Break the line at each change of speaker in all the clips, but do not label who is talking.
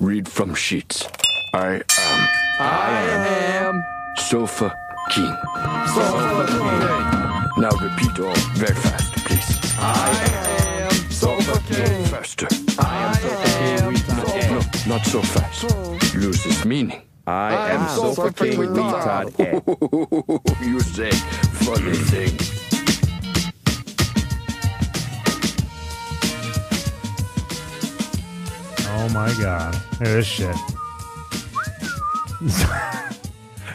read from sheets. I am. I am. Sofa King.
Sofa
Now repeat all very fast, please.
Sofa King.
Faster. No, not so fast. Loses meaning.
I am Sofa King Retard Ed.
you say funny things.
Oh my god. Look at this shit.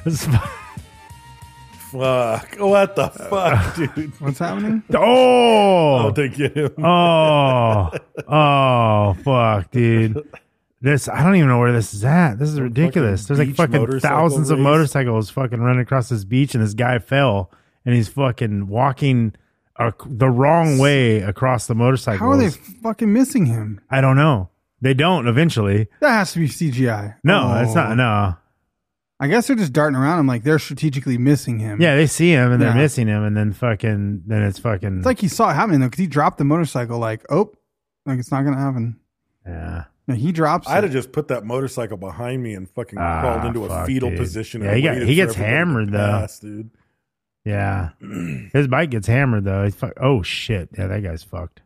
This-
Fuck. What the fuck, dude?
What's happening?
oh,
I'll take you.
oh, oh, fuck, dude. This I don't even know where this is at. This is ridiculous. There's like
beach
fucking
motorcycle
thousands of
race.
motorcycles fucking running across this beach, and this guy fell, and he's fucking walking ac- the wrong way across the motorcycles.
How are they fucking missing him?
I don't know. They don't eventually.
That has to be CGI.
No,
Oh.
it's not. No,
I guess they're just darting around him like they're strategically missing him.
yeah, they see him and they're
Yeah.
missing him, and then fucking then it's fucking
It's like he saw it happening though, because he dropped the motorcycle like, oh, like it's not gonna happen.
yeah.
No, he drops.
I'd
it.
have just put that motorcycle behind me and fucking
Ah,
crawled into a
fuck,
fetal
dude.
position.
Yeah,
and
he got-
waited
he
for
gets
everybody to
hammered, though.
pass, dude.
Yeah. His bike gets hammered though. He's fuck- oh shit. Yeah, that guy's fucked.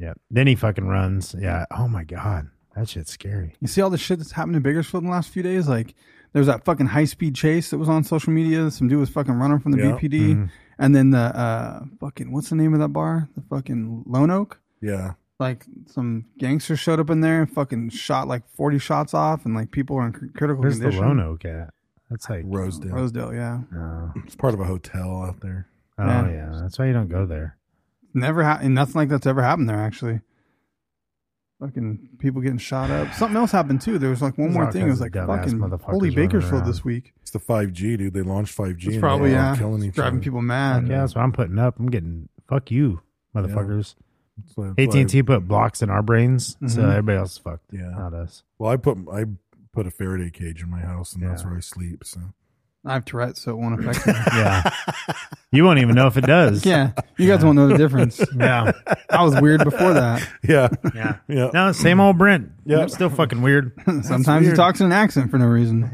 Yeah. Then he fucking runs. Yeah. Oh my god. That shit's scary.
You see all the shit that's happened in Bakersfield in the last few days? Like there was that fucking high speed chase that was on social media. Some dude was fucking running from the
Yeah.
BPD.
Mm-hmm.
And then the uh fucking what's the name of that bar? The fucking Lone Oak?
Yeah.
Like some gangsters showed up in there and fucking shot like forty shots off and like people were in cr- critical
Where's the
condition.
Roanoke at? That's like oh,
Rosedale.
Rosedale, yeah.
it's part of a hotel out there.
Yeah.
oh, yeah. That's why you don't go there.
Never happened. Nothing like that's ever happened there, actually. Fucking people getting shot up. Something else happened too. There was like one
There's
more
all
thing. It was like
kinds of dumbass
fucking
motherfuckers
holy
running
Bakersfield
around.
this week.
It's the 5G, dude. They launched 5G.
It's
and
probably
they're all
yeah,
killing
it's
each
driving
other.
people mad.
Yeah, that's what I'm putting up. I'm getting fuck you, motherfuckers.
That's why- that's
AT
why I-
and T put blocks in our brains, so
Mhm.
everybody else is fucked.
Yeah.
Not us.
Well, I put I put a Faraday cage in my house, and that's
Yeah.
where I sleep. So
I have Tourette's, so it won't affect me.
Yeah. you won't even know if it does.
yeah, you guys won't know the difference.
Yeah.
I was weird before that.
yeah,
Yeah.
yeah.
No, same old Brent.
Yeah.
Still fucking weird.
Sometimes he
weird.
talks in an accent for no reason.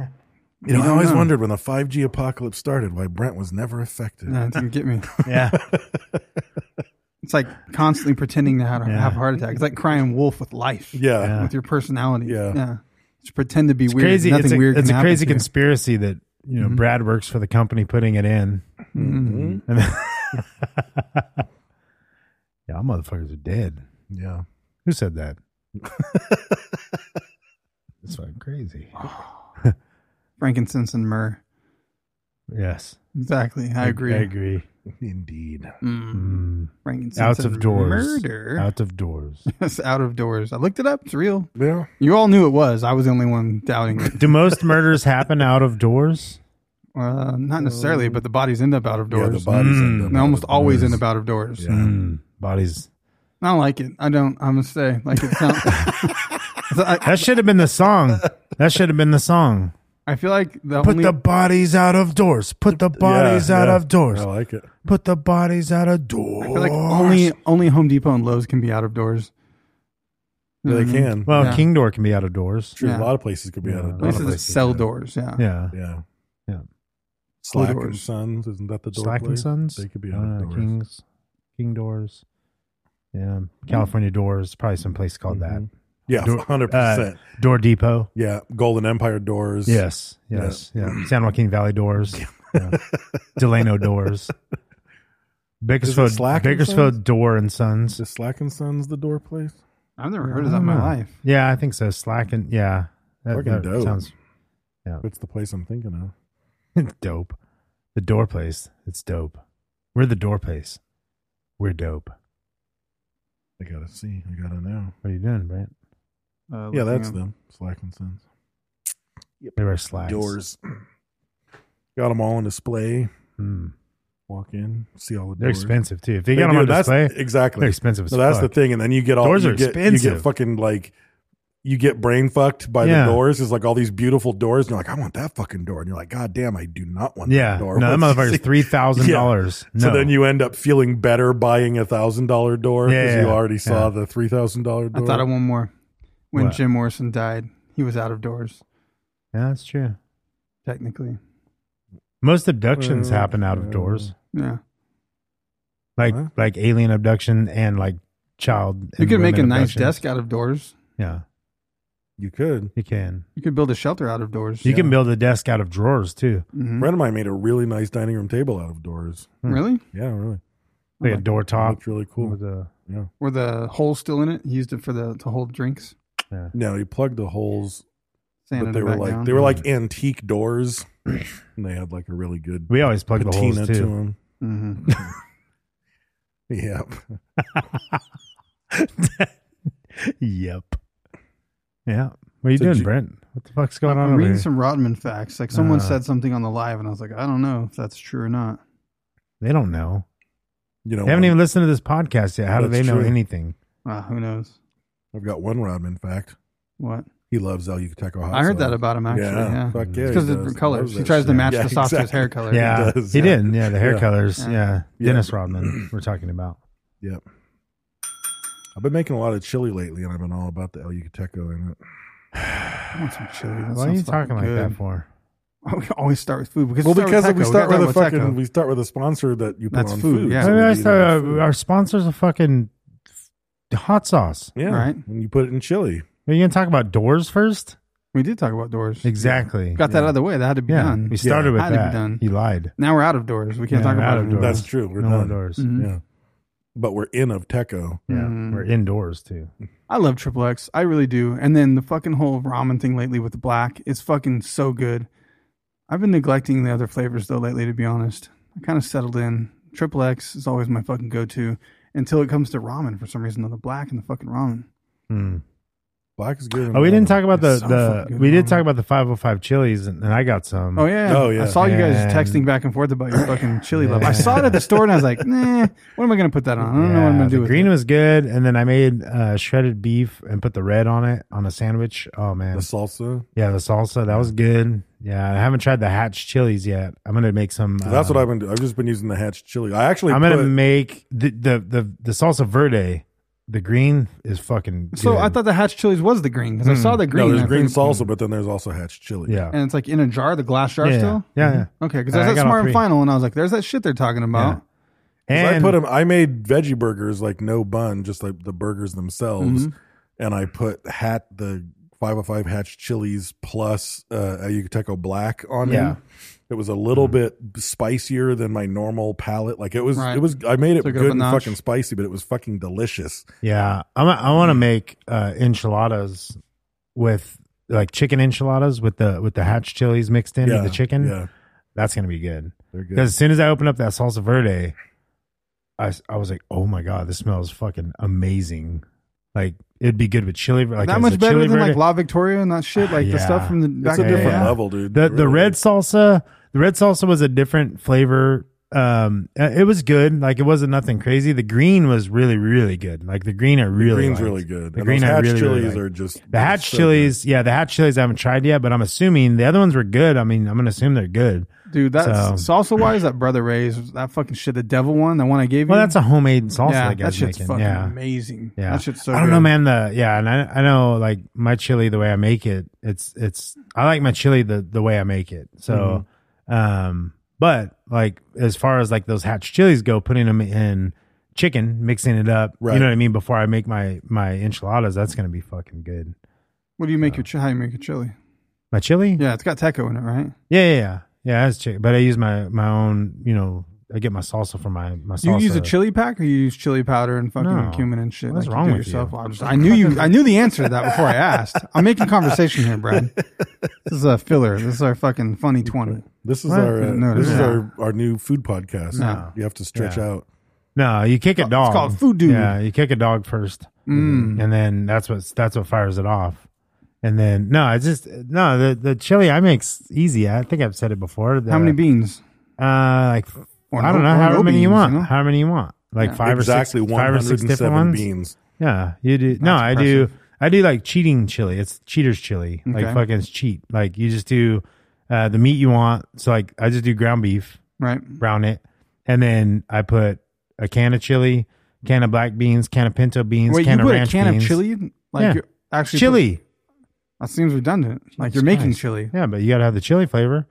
You know, I
don't
always
know.
wondered when the 5G apocalypse started why Brent was never affected.
No, it didn't get me.
Yeah.
It's like constantly pretending to have,
Yeah.
have a heart attack. It's like crying wolf with life.
Yeah.
with your personality.
Yeah.
Just pretend to be
It's
weird.
crazy.
Nothing
it's a,
weird.
it's a
can happen
crazy
to you. Mm-hmm.
conspiracy that you know Brad works for the company putting it in. And then- Y'all motherfuckers are dead.
yeah.
Who said that? That's fucking crazy.
frankincense and myrrh.
Yes,
Exactly. I agree.
I agree.
Indeed.
Frankincense
Out
and
of doors.
Murder.
Out of doors.
Yes, out of doors. I looked it up. It's real.
Yeah.
You all knew it was. I was the only one doubting it.
Do most murders happen out of doors?
Uh, not necessarily, but the bodies end up out of
Yeah,
doors. Mm.
the bodies end up
they
out
almost
of
always
doors.
end up out of doors.
Yeah.
Mm, bodies.
I don't like it. I don't. I'm gonna say like it sounds. I,
That should have been the song. That should have been the song.
I feel like the
Put
only
the bodies out of doors. Put the bodies
Yeah,
out
yeah.
of doors.
I like it.
Put the bodies out of doors.
I feel like only only Home Depot and Lowe's can be out of doors. Mm-hmm.
Yeah,
Mm-hmm.
they can.
Well,
Yeah.
King Door can be out of doors.
Sure,
yeah.
a lot of places could be out of
Yeah.
doors.
Places that
places,
sell
yeah.
doors. Yeah.
Yeah.
Oh, Yeah.
Yeah.
Slack and
doors.
Sons, isn't that the door?
Slack and
place?
Sons.
They could be
I
out
don't
of
know,
doors.
Kings. King Doors. Yeah. California Doors. Probably some place called
Mhm.
that.
Yeah,
Door-
hundred percent.
uh, Door Depot.
Yeah, Golden Empire doors.
Yes. Yes. Yeah. San Joaquin Valley Doors. Yeah. Delano Doors. Bakersfield,
Slack and
Bakersfield
Sons?
Door and Sons. Oh.
Is Slack and Sons the door place?
I've never heard of that in my life.
Yeah, I think so. Slack and yeah, that,
Fucking dope.
sounds
That's the place I'm thinking of.
dope. The door place, it's dope. We're the door place. We're dope.
I gotta see. I gotta know.
What are you doing, Brent?
Uh,
yeah,
looking
that's
up.
them. Slacking sons.
They wear slacks.
Doors. Got them all on display.
Hmm.
Walk in, see all the
They're
doors.
expensive too. If they got 'em on
do. That's-
display,
exactly.
they're expensive as
So that's
fuck.
the thing, and then you get all
Doors
you
are
get, You
expensive.
get fucking like you get brain fucked by
Yeah.
the doors. It's like all these beautiful doors, and you're like, I want that fucking door, and you're like, God damn, I do not want
Yeah.
that door.
No, that
What's-
motherfucker's $3,000.
Yeah. So
No.
then you end up feeling better buying a thousand dollar door
Yeah,
because
yeah,
you
yeah.
already saw
Yeah.
the three thousand dollar
I
door.
thought of one more. When
What?
Jim Morrison died, he was out of doors
Yeah, that's true.
technically.
Most abductions
Well,
happen out of doors,
Yeah,
like
Huh?
like alien abduction and like child.
you
and
could make a
women
nice
abductions.
desk out of doors.
Yeah,
you could.
you can.
You could build a shelter out of doors.
You can build a desk out of drawers too,
A
Mhm.
friend of mine made a really nice dining room table out of doors.
Really?
Yeah, really.
like
Oh
a
my-
door top.
Looked really cool.
With a,
Yeah.
Were the holes still in it? He used it for the to hold drinks.
yeah.
No, you plugged the holes
Sanded
but they
it
were
back
like
down.
they were like antique doors, and they had like a really good
We always plug the holes,
patina
too.
to them.
Mhm.
Yep.
yep. Yeah. What are you
So
doing,
Ju-
Brent? What the fuck's going on
I'm
over
reading
here?
some Rodman facts. Like someone
Uh.
said something on the live, and I was like, I don't know if that's true or not.
they don't know.
You know,
They haven't even listened to this podcast yet. How do they
That's
know
true.
anything?
Uh, who knows
I've got one Rodman fact.
what?
He loves El Yucateco hot
I heard
sauce.
that about him, actually, yeah.
Fuck yeah.
It's because of the colors. He tries to match the sauce to his hair color.
Yeah,
does,
he
yeah.
did. Yeah, the hair
Yeah.
colors.
Yeah.
Yeah,
Yeah.
Dennis Rodman. We're talking about.
Yep. I've been making a lot of chili lately, and I've been all about the El Yucateco in it.
I want some chili. That
Why are you
sounds fucking
talking like that
good.
for?
We always start with food. Because
Well, because
start
we
with
start
taco.
with
gotta
a
talk about
fucking
taco.
we start with a sponsor that you put
That's
on
food, yeah.
so
Maybe
we
I
eat it
start-
with
uh,
food.
our sponsors are fucking hot sauce.
yeah,
Right.
And you put it in chili.
Are you gonna talk about doors first?
We did talk about doors.
Exactly.
Got that out of the way. That had to be
yeah,
done.
we started with
Had to be
that.
done.
He lied.
Now we're out of doors. We can't
Yeah,
talk
we're
about
out of
it
doors.
anymore.
That's true. We're
no more
done. Mm-hmm.
doors.
Mhm.
Yeah, but we're in of Teco.
Yeah,
Mm.
we're indoors too.
I love Triple X. I really do. And then the fucking whole ramen thing lately with the black is fucking so good. I've been neglecting the other flavors though lately, to be honest. I kind of settled in. Triple X is always my fucking go to until it comes to ramen for some reason, though. The black and the fucking ramen.
Hmm.
Black is good.
Oh, we didn't talk about the
It's so
the.
fucking good,
We did
man.
talk about the five hundred five chilies, and, and I got some.
Oh, yeah.
Oh, yeah.
I saw you guys
And-
texting back and forth about your fucking chili love. I
Yeah.
saw it at the store and I was like, nah, what am I going to put that on? I don't know what
Yeah,
I'm going to
the
do with
green
it.
was good, and then I made uh, shredded beef and put the red on it on a sandwich. Oh
the
man,
salsa.
yeah, the salsa that was good. Yeah, I haven't tried the hatch chilies yet. I'm gonna make some.
So that's
uh,
what I've been. doing. I've just been using the hatch chili. I actually.
I'm gonna
put-
make the, the the the salsa verde. The green is fucking.
So
good.
I thought the hatch chilies was the green because I saw the green.
Hmm. No, there's
I
green
think-
salsa, but then there's also hatch chili.
Yeah.
And it's like in a jar, the glass jar
yeah, yeah,
still? Mm-hmm.
Yeah. yeah.
Okay,
Yeah,
because there's
I
that
got all
smart and
three.
final, and I was like, "There's that shit they're talking about."
I
And
put 'em- I made veggie burgers like no bun, just like the burgers themselves,
Mm-hmm.
and I put hat the 505 hatch chilies plus uh, a Yucateco black on
Yeah. Mm.
it. It was a little bit spicier than my normal palate. Like it was,
Right.
it was. I made it
Took it up a
good and
notch.
fucking spicy, but it was fucking delicious.
Yeah, I'm, I want to make uh, enchiladas with like chicken enchiladas with the with the hatch chilies mixed in
yeah,
with the chicken.
Yeah,
That's gonna be good.
they're good.
Because as soon as I opened up that salsa verde, I s- I was like, oh my god, this smells fucking amazing. Like it'd be good with chili. Like
that
as a
much better
chili
than like
verde.
La Victoria and that shit, like the stuff
Yeah.
from the
it's
It's
back
a
in the
different
day.
yeah.
level, dude.
the
It
the
really
red
is.
salsa. The red salsa was a different flavor. Um, uh, it was good. Like it wasn't nothing crazy. The green was really really good. Like the green, I really
green's
liked.
really good.
The
And
green,
those
I
hatch
really, really
chilies
liked.
are just-
the
they're
hatch
so
chilies. Yeah, the hatch chilies I haven't tried yet, but I'm assuming the other ones were good. I mean, I'm gonna assume they're good.
Dude, that's
So-
salsa wise, that Brother Ray's, that fucking shit, the devil one, the one I gave you.
Well, that's a homemade salsa
yeah,
that
that
guy's
shit's
making.
fucking
yeah.
amazing.
Yeah,
that shit's so.
I don't know,
good.
man. The yeah, and I I know like my chili the way I make it. It's it's I like my chili the the way I make it. So,
Mm-hmm.
um, but like as far as like those hatch chilies go, putting them in chicken, mixing it up.
Right.
You know what I mean? Before I make my my enchiladas, that's gonna be fucking good.
What do you make your chi- how you make your chili?
My chili,
Yeah, it's got taco in it, right?
yeah, yeah, yeah. yeah that's chicken, but I use my my own. You know, I get my salsa from my my
Do you
salsa.
use a chili pack or you use chili powder and fucking
No.
cumin and shit?
What's
like
wrong
you do
with you?
yourself? Well, I'm just- i knew you. I knew the answer to that before I asked. I'm making conversation here, Brad. This is a filler. This is our fucking funny twenty.
This is
What?
our uh,
Didn't notice
this is
that.
our, our new food podcast.
No.
You have to stretch
Yeah.
out.
No, you kick a
It's
dog.
called food Mm. dude.
Yeah, you kick a dog first, and then that's what that's what fires it off. And then no, it's just no the the chili I make's easy. I think I've said it before. The-
How many beans?
Uh, like
Or
I don't
no-
know
or
how
no
many you
beans,
want.
you know?
How many you want? Like
Yeah.
five
exactly
or six, five or six
107
different ones.
beans.
Yeah, you do. no,
That's
I do. I do like cheating chili. It's cheaters chili. Like
Okay.
fucking it's cheat. Like you just do uh, the meat you want. So like I just do ground beef,
Right.
brown it, and then I put a can of chili, can of black beans, can of pinto beans,
Wait,
can
you
of
put a
ranch
can
beans.
of chili? Like
Yeah.
you're actually
chili.
That seems redundant. Like you're
Jesus
making
Christ.
chili.
Yeah, but you gotta have the chili flavor.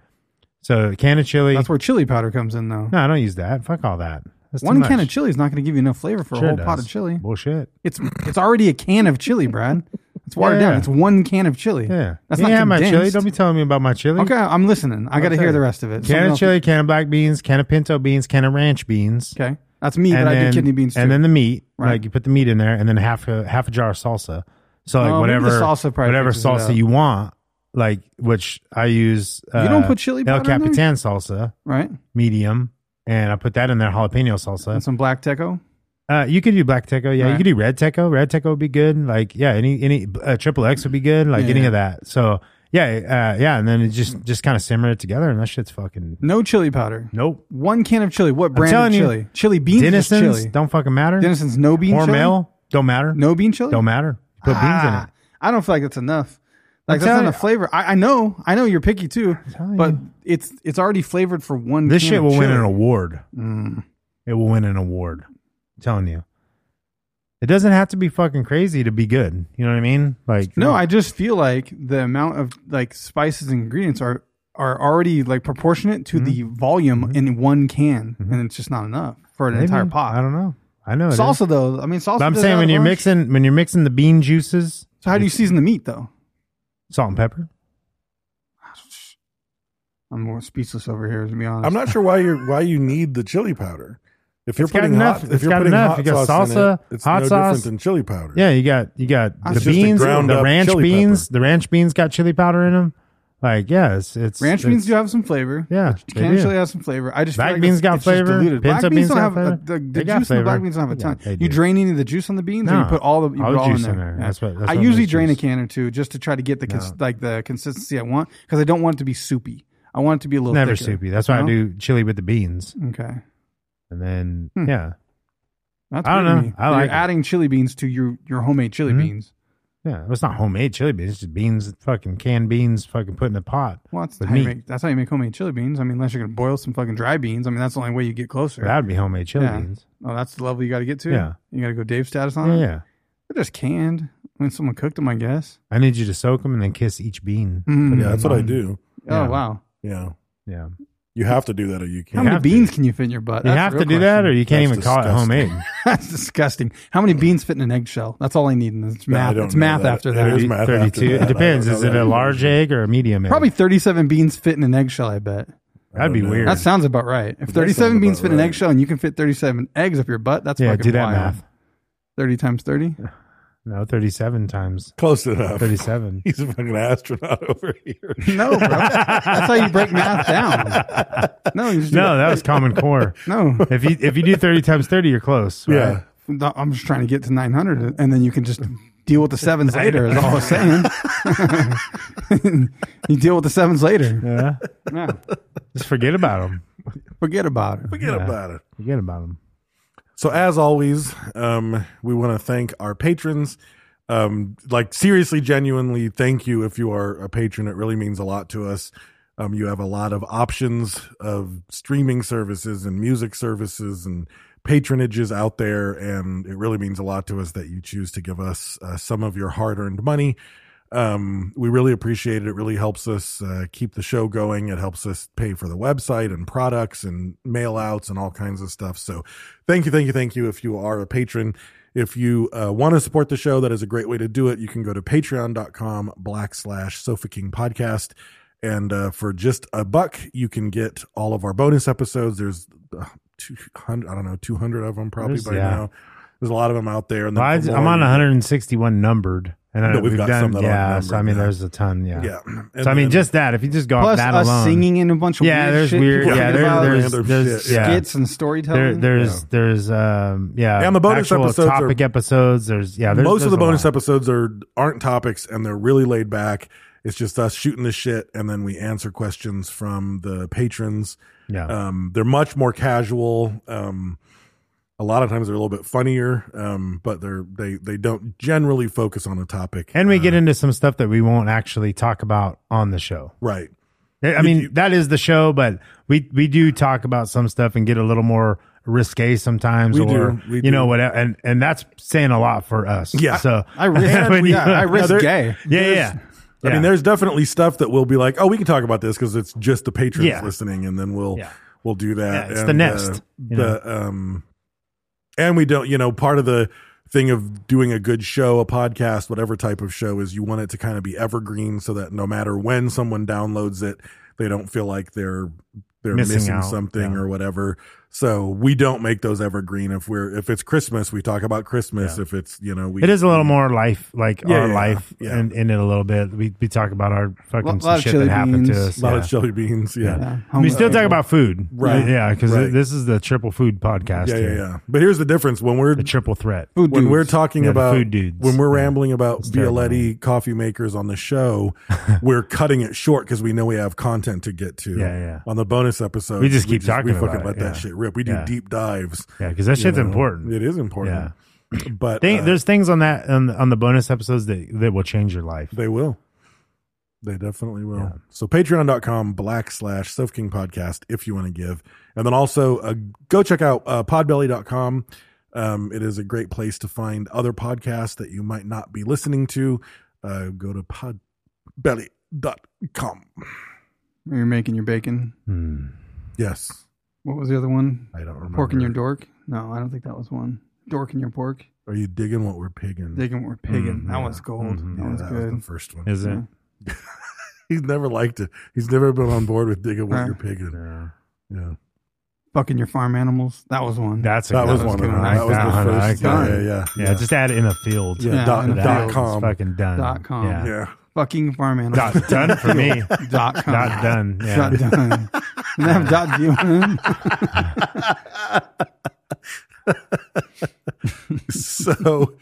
So a can of chili.
That's where chili powder comes in, though.
no, I don't use that. Fuck all that. That's too
One can
much.
of chili is not going to give you enough flavor for
Sure
a whole pot
does.
of chili.
Bullshit.
It's it's already a can of chili, Brad. It's watered
Yeah.
down. It's one can of chili.
Yeah.
that's
you
not
can have my
condensed.
chili. Don't be telling me about my chili.
Okay, I'm listening. I got to
Okay.
hear the rest of it. Something
Can of
else-
chili, can of black beans, can of pinto beans, can of ranch beans.
Okay, that's me, but I do kidney beans too.
And then the meat.
Right.
Like you put the meat in there and then half a half a jar of salsa. So like
Oh, maybe the
whatever
salsa probably
whatever
fixes it
salsa
up.
you want, like which I use uh,
You don't put chili
El
powder in there?
Capitan salsa,
right,
medium. And I put that in there, jalapeno salsa.
and some black teco.
Uh, you could do black teco, yeah. You
Right.
could do red teco. Red teco would be good. Like, yeah, any any uh, triple X would be good. Like
Yeah.
any of that. So yeah, uh, yeah, and then it just just kind of simmer it together, and that shit's fucking
No chili powder.
nope.
One can of chili. What brand
telling
of
you,
chili? chili beans. is
Denison's
chili.
don't fucking matter.
Denison's no bean
or
chili?
male don't matter.
No bean chili.
don't matter. Put beans in
Ah,
it.
I don't feel like that's enough. Like
I'm
that's
telling
not a
you-
flavor. I, I know, I know you're picky too,
telling
but
you.
it's it's already flavored for one.
This
can
shit
of
will win
chili.
an award.
Mm.
It will win an award. I'm telling you, it doesn't have to be fucking crazy to be good. You know what I mean? Like
No, I just feel like the amount of like spices and ingredients are are already like proportionate to the
Mm-hmm.
volume in one can, and it's just not enough for an
maybe.
entire pot.
I don't know. I know it is.
Salsa though, I mean salsa.
But I'm
does
saying
that
when
a
you're
bunch.
mixing when you're mixing the bean juices,
So how do you season the meat though?
salt and pepper.
I'm more speechless over here to be honest.
I'm not sure why you why you need the chili powder. If you're
It's got
putting
enough-
hot,
it's
if you're
got
putting
enough.
hot
You got
sauce in
salsa,
it, it's
hot
no
sauce.
different than chili powder.
Yeah, you got you got
It's
the
just a
beans,
ground
the
up
ranch
chili
beans.
pepper.
The ranch beans got chili powder in them. Like, yeah, it's, it's
Ranch
it's,
beans do have some flavor.
Yeah, they
Can
do.
chili has some flavor. I just feel
Black
like
beans
it's-
got
it's just
flavor.
diluted.
Pinto
Black beans,
beans
don't
got
have a,
flavor.
the, the
They got
juice in the black
flavor.
beans don't have a
Yeah,
ton.
they
you
do.
drain any of the juice on the beans, or you
No,
put all the you
all
put
the
all
juice
in
in
there.
there.
Yeah.
That's what- that's
I
what
usually
makes
drain a
juice.
can or two just to try to get the cons- like the consistency I want because I don't want it to be soupy. I want it to be a little
never
thicker.
soupy. That's why
No?
I do chili with the beans,
Okay,
and then
Hmm.
yeah,
that's
I don't
weird to
know.
me.
I like
You're
it.
adding chili beans to your your homemade chili
Mhm.
beans.
yeah. It's not homemade chili beans. It's just beans, fucking canned beans, fucking put in a pot.
Well, that's
with
how, you
meat.
make, that's how you make homemade chili beans. I mean, unless you're gonna boil some fucking dry beans. I mean, that's the only way you get closer.
That would be homemade chili
Yeah.
beans.
Oh, that's the level you got to get to.
Yeah.
you got to go Dave status on
Yeah,
it.
yeah.
They're just canned. I mean, someone cooked them, I guess.
I need you to soak them and then kiss each bean.
Mm.
yeah, that's what I
Mm-hmm.
do.
Oh wow!
Yeah,
Yeah.
you have to do that, or you
How
can't.
many
have to.
beans can you fit in your butt?
You
That's the
have to do
real
that, or
question.
you can't
That's
even call it
disgusting.
homemade.
That's disgusting. How many beans fit in an eggshell? That's all I need. And it's
No, I
math.
don't
It's
know
math
that.
after
It
that.
is math. after
32.
that.
It depends.
I don't
Is
know
it
that
a large
information.
egg or a medium egg?
Probably 37 beans fit in an eggshell. I bet
That'd be
I don't know.
weird.
that sounds about right. If
That
37
sounds
beans
about
fit in an
right.
eggshell and you can fit 37 eggs up your butt, that's
Yeah,
fucking
do that
wild.
math.
30 times 30.
No, 37 times
close enough.
37.
He's a fucking astronaut over here.
No, bro. that's how you break math down. No, you just do
no, that was Common Core.
no.
If you if you do 30 times 30, you're close. right?
Yeah,
I'm just trying to get to 900, and then you can just deal with the sevens later. Is all I was saying. you deal with the sevens later.
Yeah.
Yeah.
Just forget about them.
Forget about it.
forget about it.
Forget about them.
So as always, um, we want to thank our patrons. Um, like seriously, genuinely, thank you if you are a patron. It really means a lot to us. Um, you have a lot of options of streaming services and music services and patronages out there, and it really means a lot to us that you choose to give us uh, some of your hard-earned money um, we really appreciate it. It really helps us uh, keep the show going. It helps us pay for the website and products and mail outs and all kinds of stuff. So thank you, thank you, thank you. If you are a patron, if you uh, want to support the show, that is a great way to do it. You can go to patreon.com black slash Sofa King podcast. And uh, for just a buck, you can get all of our bonus episodes. There's uh, 200, I don't know, 200 of them probably
There's-
by
yeah.
now. There's a lot of them out there. And
Well, I,
then for
am
more,
on
you can-
161 numbered. And then
No, we've got
done,
some that aren't
yeah. So I
numbered,
mean,
yeah.
there's a ton, yeah.
Yeah. And
so I mean,
then-
just that. If you just go off
Plus
that
us
alone,
singing in a bunch of
yeah,
weird
there's
shit
weird,
people
yeah,
think about,
there, there's
random
there's
shit.
yeah.
skits and storytelling.
There, there's there's um yeah,
And the bonus
actual
episodes are-
topic episodes. There's yeah, Uh, there's,
most
there's
of the
a
bonus
lot.
episodes are aren't topics and they're really laid back. It's just us shooting the shit and then we answer questions from the patrons.
Yeah.
Um, they're much more casual. Um, a lot of times they're a little bit funnier, um, but they're they they don't generally focus on a topic.
and we
Uh,
get into some stuff that we won't actually talk about on the show.
right.
I
You-
mean,
you-
that is the show, but we we do talk about some stuff and get a little more risque sometimes,
We do,
or
we
you
do.
know whatever, and and that's saying a lot for us.
Yeah.
so
I risk-
when
yeah, I risk
there-
gay.
Yeah, yeah,
There's-
yeah.
I mean, there's definitely stuff that we'll be like, oh, we can talk about this because it's just the patrons
Yeah.
listening, and then we'll
Yeah.
we'll do that.
Yeah, it's the
And, uh,
nest, you know.
the um, and we don't, you know, part of the thing of doing a good show, a podcast, whatever type of show is, you want it to kind of be evergreen, so that no matter when someone downloads it, they don't feel like they're they're
Missing
missing,
out,
something
yeah.
or whatever. So we don't make those evergreen. If we're if it's Christmas, we talk about Christmas.
Yeah.
If it's you know, we
it is a little more life, like
Yeah,
our
yeah,
life,
yeah.
In, in it a little bit. We we talk about our
Lot-
fucking
lot
some
of
shit
chili
that happened to
beans.
us.
a lot of
yeah.
chili beans. yeah.
we still talk
Homeless
about food,
Right.
Yeah, because
Right.
this is the triple food podcast.
Yeah, yeah,
here.
yeah. But here's the difference when we're
The triple threat.
people. Food
when
dudes.
we're talking
Yeah, the
about
food dudes.
when we're
Yeah.
rambling about
It's terrible.
Bialetti coffee makers on the show, we're cutting it short because we know we have content to get to.
Yeah, yeah.
On the bonus episode,
We just keep talking
We fucking
about
let
it,
that
yeah.
shit rip. We do
Yeah.
deep dives.
Yeah, because that
you
shit's
know.
important.
It is important. But
Thing,
uh,
there's things on that on, on the bonus episodes that that will change your life.
They will. They definitely will.
Yeah.
So patreon.com black slash Self King podcast if you want to give. And then also uh, go check out uh, podbelly.com. Um, it is a great place to find other podcasts that you might not be listening to. Uh, go to podbelly.com.
When you're making your bacon.
Hmm.
Yes.
What was the other one?
I don't remember.
Pork in your dork? No, I don't think that was one. Dork in your pork.
Are you digging what we're pigging? Mm-hmm.
Digging or pigging.
Mm,
that
yeah.
one's gold.
Mhm.
That
yeah,
one's
that
good.
was the first one.
Is it?
He's never liked it. He's never been on board with digging what
Right.
you're pigging.
Yeah.
Yeah.
Fucking your farm animals. That was one.
That's a
That
good
was one
was
of
good.
them.
I
That was
found
the
it. I
first.
got
Yeah, yeah,
it.
yeah.
Yeah, just add in a field.
Yeah,
Yeah,
dot,
in a
dot
field.
com.
It's fucking done.
Dot com.
Yeah.
Yeah.
Fucking farm
Dot
animals.
done for me.
dot com.
Dot done. Yeah.
Dot done. And have dot deal in.
so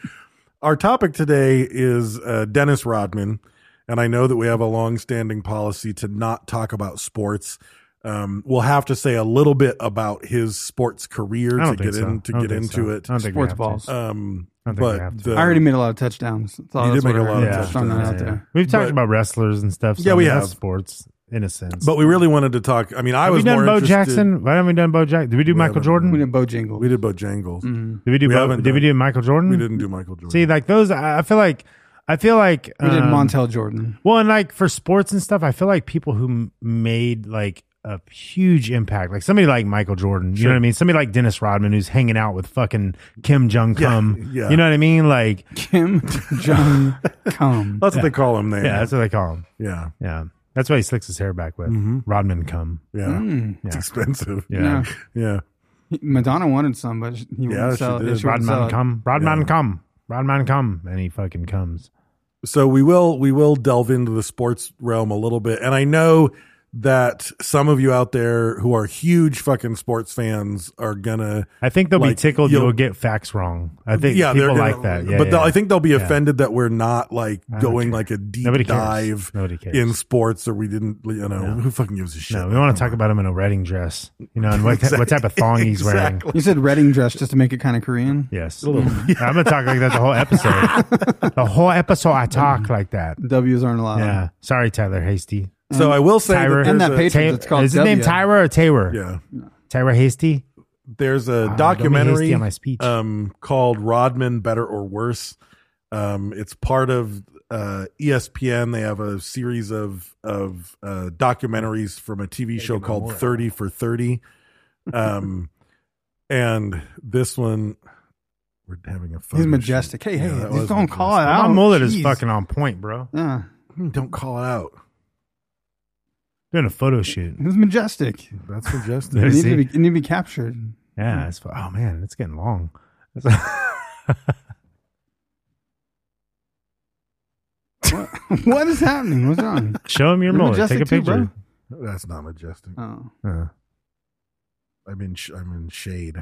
our topic today is uh, Dennis Rodman, and I know that we have a long-standing policy to not talk about sports. Um, we'll have to say a little bit about his sports career
I
to
don't
get
think so.
in to
I don't
get
think
into
so.
it.
I don't think we
Sports
have to.
balls.
Um,
I don't think we have
but
to.
the-
I already made a lot of touchdowns. That's all-
You
that's
did make
what
a
I
lot of
heard.
Yeah.
Just throwing that
touchdowns,
out there.
We've talked
But-
about wrestlers and stuff. So
Yeah,
I
we
mean, that's
have.
sports in a sense.
but we really wanted to talk. I mean, I
have
was
we done
more
Bo
interested-
Jackson? Why haven't we done Bo Jackson? Did we do
We
Michael
haven't.
Jordan?
We did Bojangles.
We did Bojangles.
Mm-hmm.
did we do?
we
Bo-
haven't
did we
done-
do Michael Jordan?
We didn't do Michael Jordan.
See, like those. I I feel like. I feel like
We did
um,
Montel Jordan.
Well, and like for sports and stuff, I feel like people who m- made like a huge impact, like somebody like Michael Jordan, you know what I mean? Somebody like Dennis Rodman, who's hanging out with fucking Kim Jong Cum,
Yeah, yeah.
you know what I mean? Like,
Kim Jong Cum.
that's what they call him. There.
yeah, that's what they call him.
yeah.
Yeah, that's why he slicks his hair back with
Mm-hmm.
Rodman Cum.
Yeah. It's
Mm.
Yeah.
expensive.
Yeah,
Yeah.
Madonna wanted some, but she- he
Yeah,
wouldn't
she
sell it.
did.
She wouldn't sell
Rodman
it.
Cum, Rodman
Yeah.
Cum, Rodman Cum, and he fucking comes.
so we will we will delve into the sports realm a little bit and i know that some of you out there who are huge fucking sports fans are gonna
I think they'll be
Like,
tickled.
you'll-
You'll, get facts wrong. I think
yeah they're
people
gonna-
like that. Yeah,
but
yeah.
i think they'll be
Yeah.
offended that we're not like
I don't
going
care.
like a deep
Nobody cares.
dive
Nobody cares.
in sports or we didn't you know
No.
who fucking gives a shit
No, we want to talk about him in a wedding dress, you know, and what, what type of thong he's wearing.
Exactly.
You said Redding dress just to make it kind of Korean.
Yes. I'm going to talk like that the whole episode. the whole episode, I talk like that.
W's aren't allowed.
Yeah. Sorry, Tyler Hasty.
so i will say
Tyra.
that
And that
there's a-
Patriots, it's called
Is his name
W.
Tyra or Taylor?
yeah
Tyra Hasty?
there's
Ah,
a
be hasty
documentary
on my speech.
um called Rodman Better or Worse. Um it's part of uh ESPN. They have a series of of uh documentaries from a TV show called 30 for 30. Um and this one we're having a fun
He's majestic. Hey, hey,
Yeah, that
just
was
don't call it
majestic.
out.
My mullet is
Jeez.
fucking on point, bro.
Yeah,
Don't call it out.
Doing a photo shoot.
it was majestic.
That's
I
It
majestic.
needed,
see.
to be, it needed to be captured.
Yeah. It's, fu- oh, man. It's getting long.
what is happening? What's wrong?
Show him your
You're
mullet.
majestic
Take a
too,
picture.
That's not majestic.
Oh,
Uh,
I'm in. Sh- I'm in shade.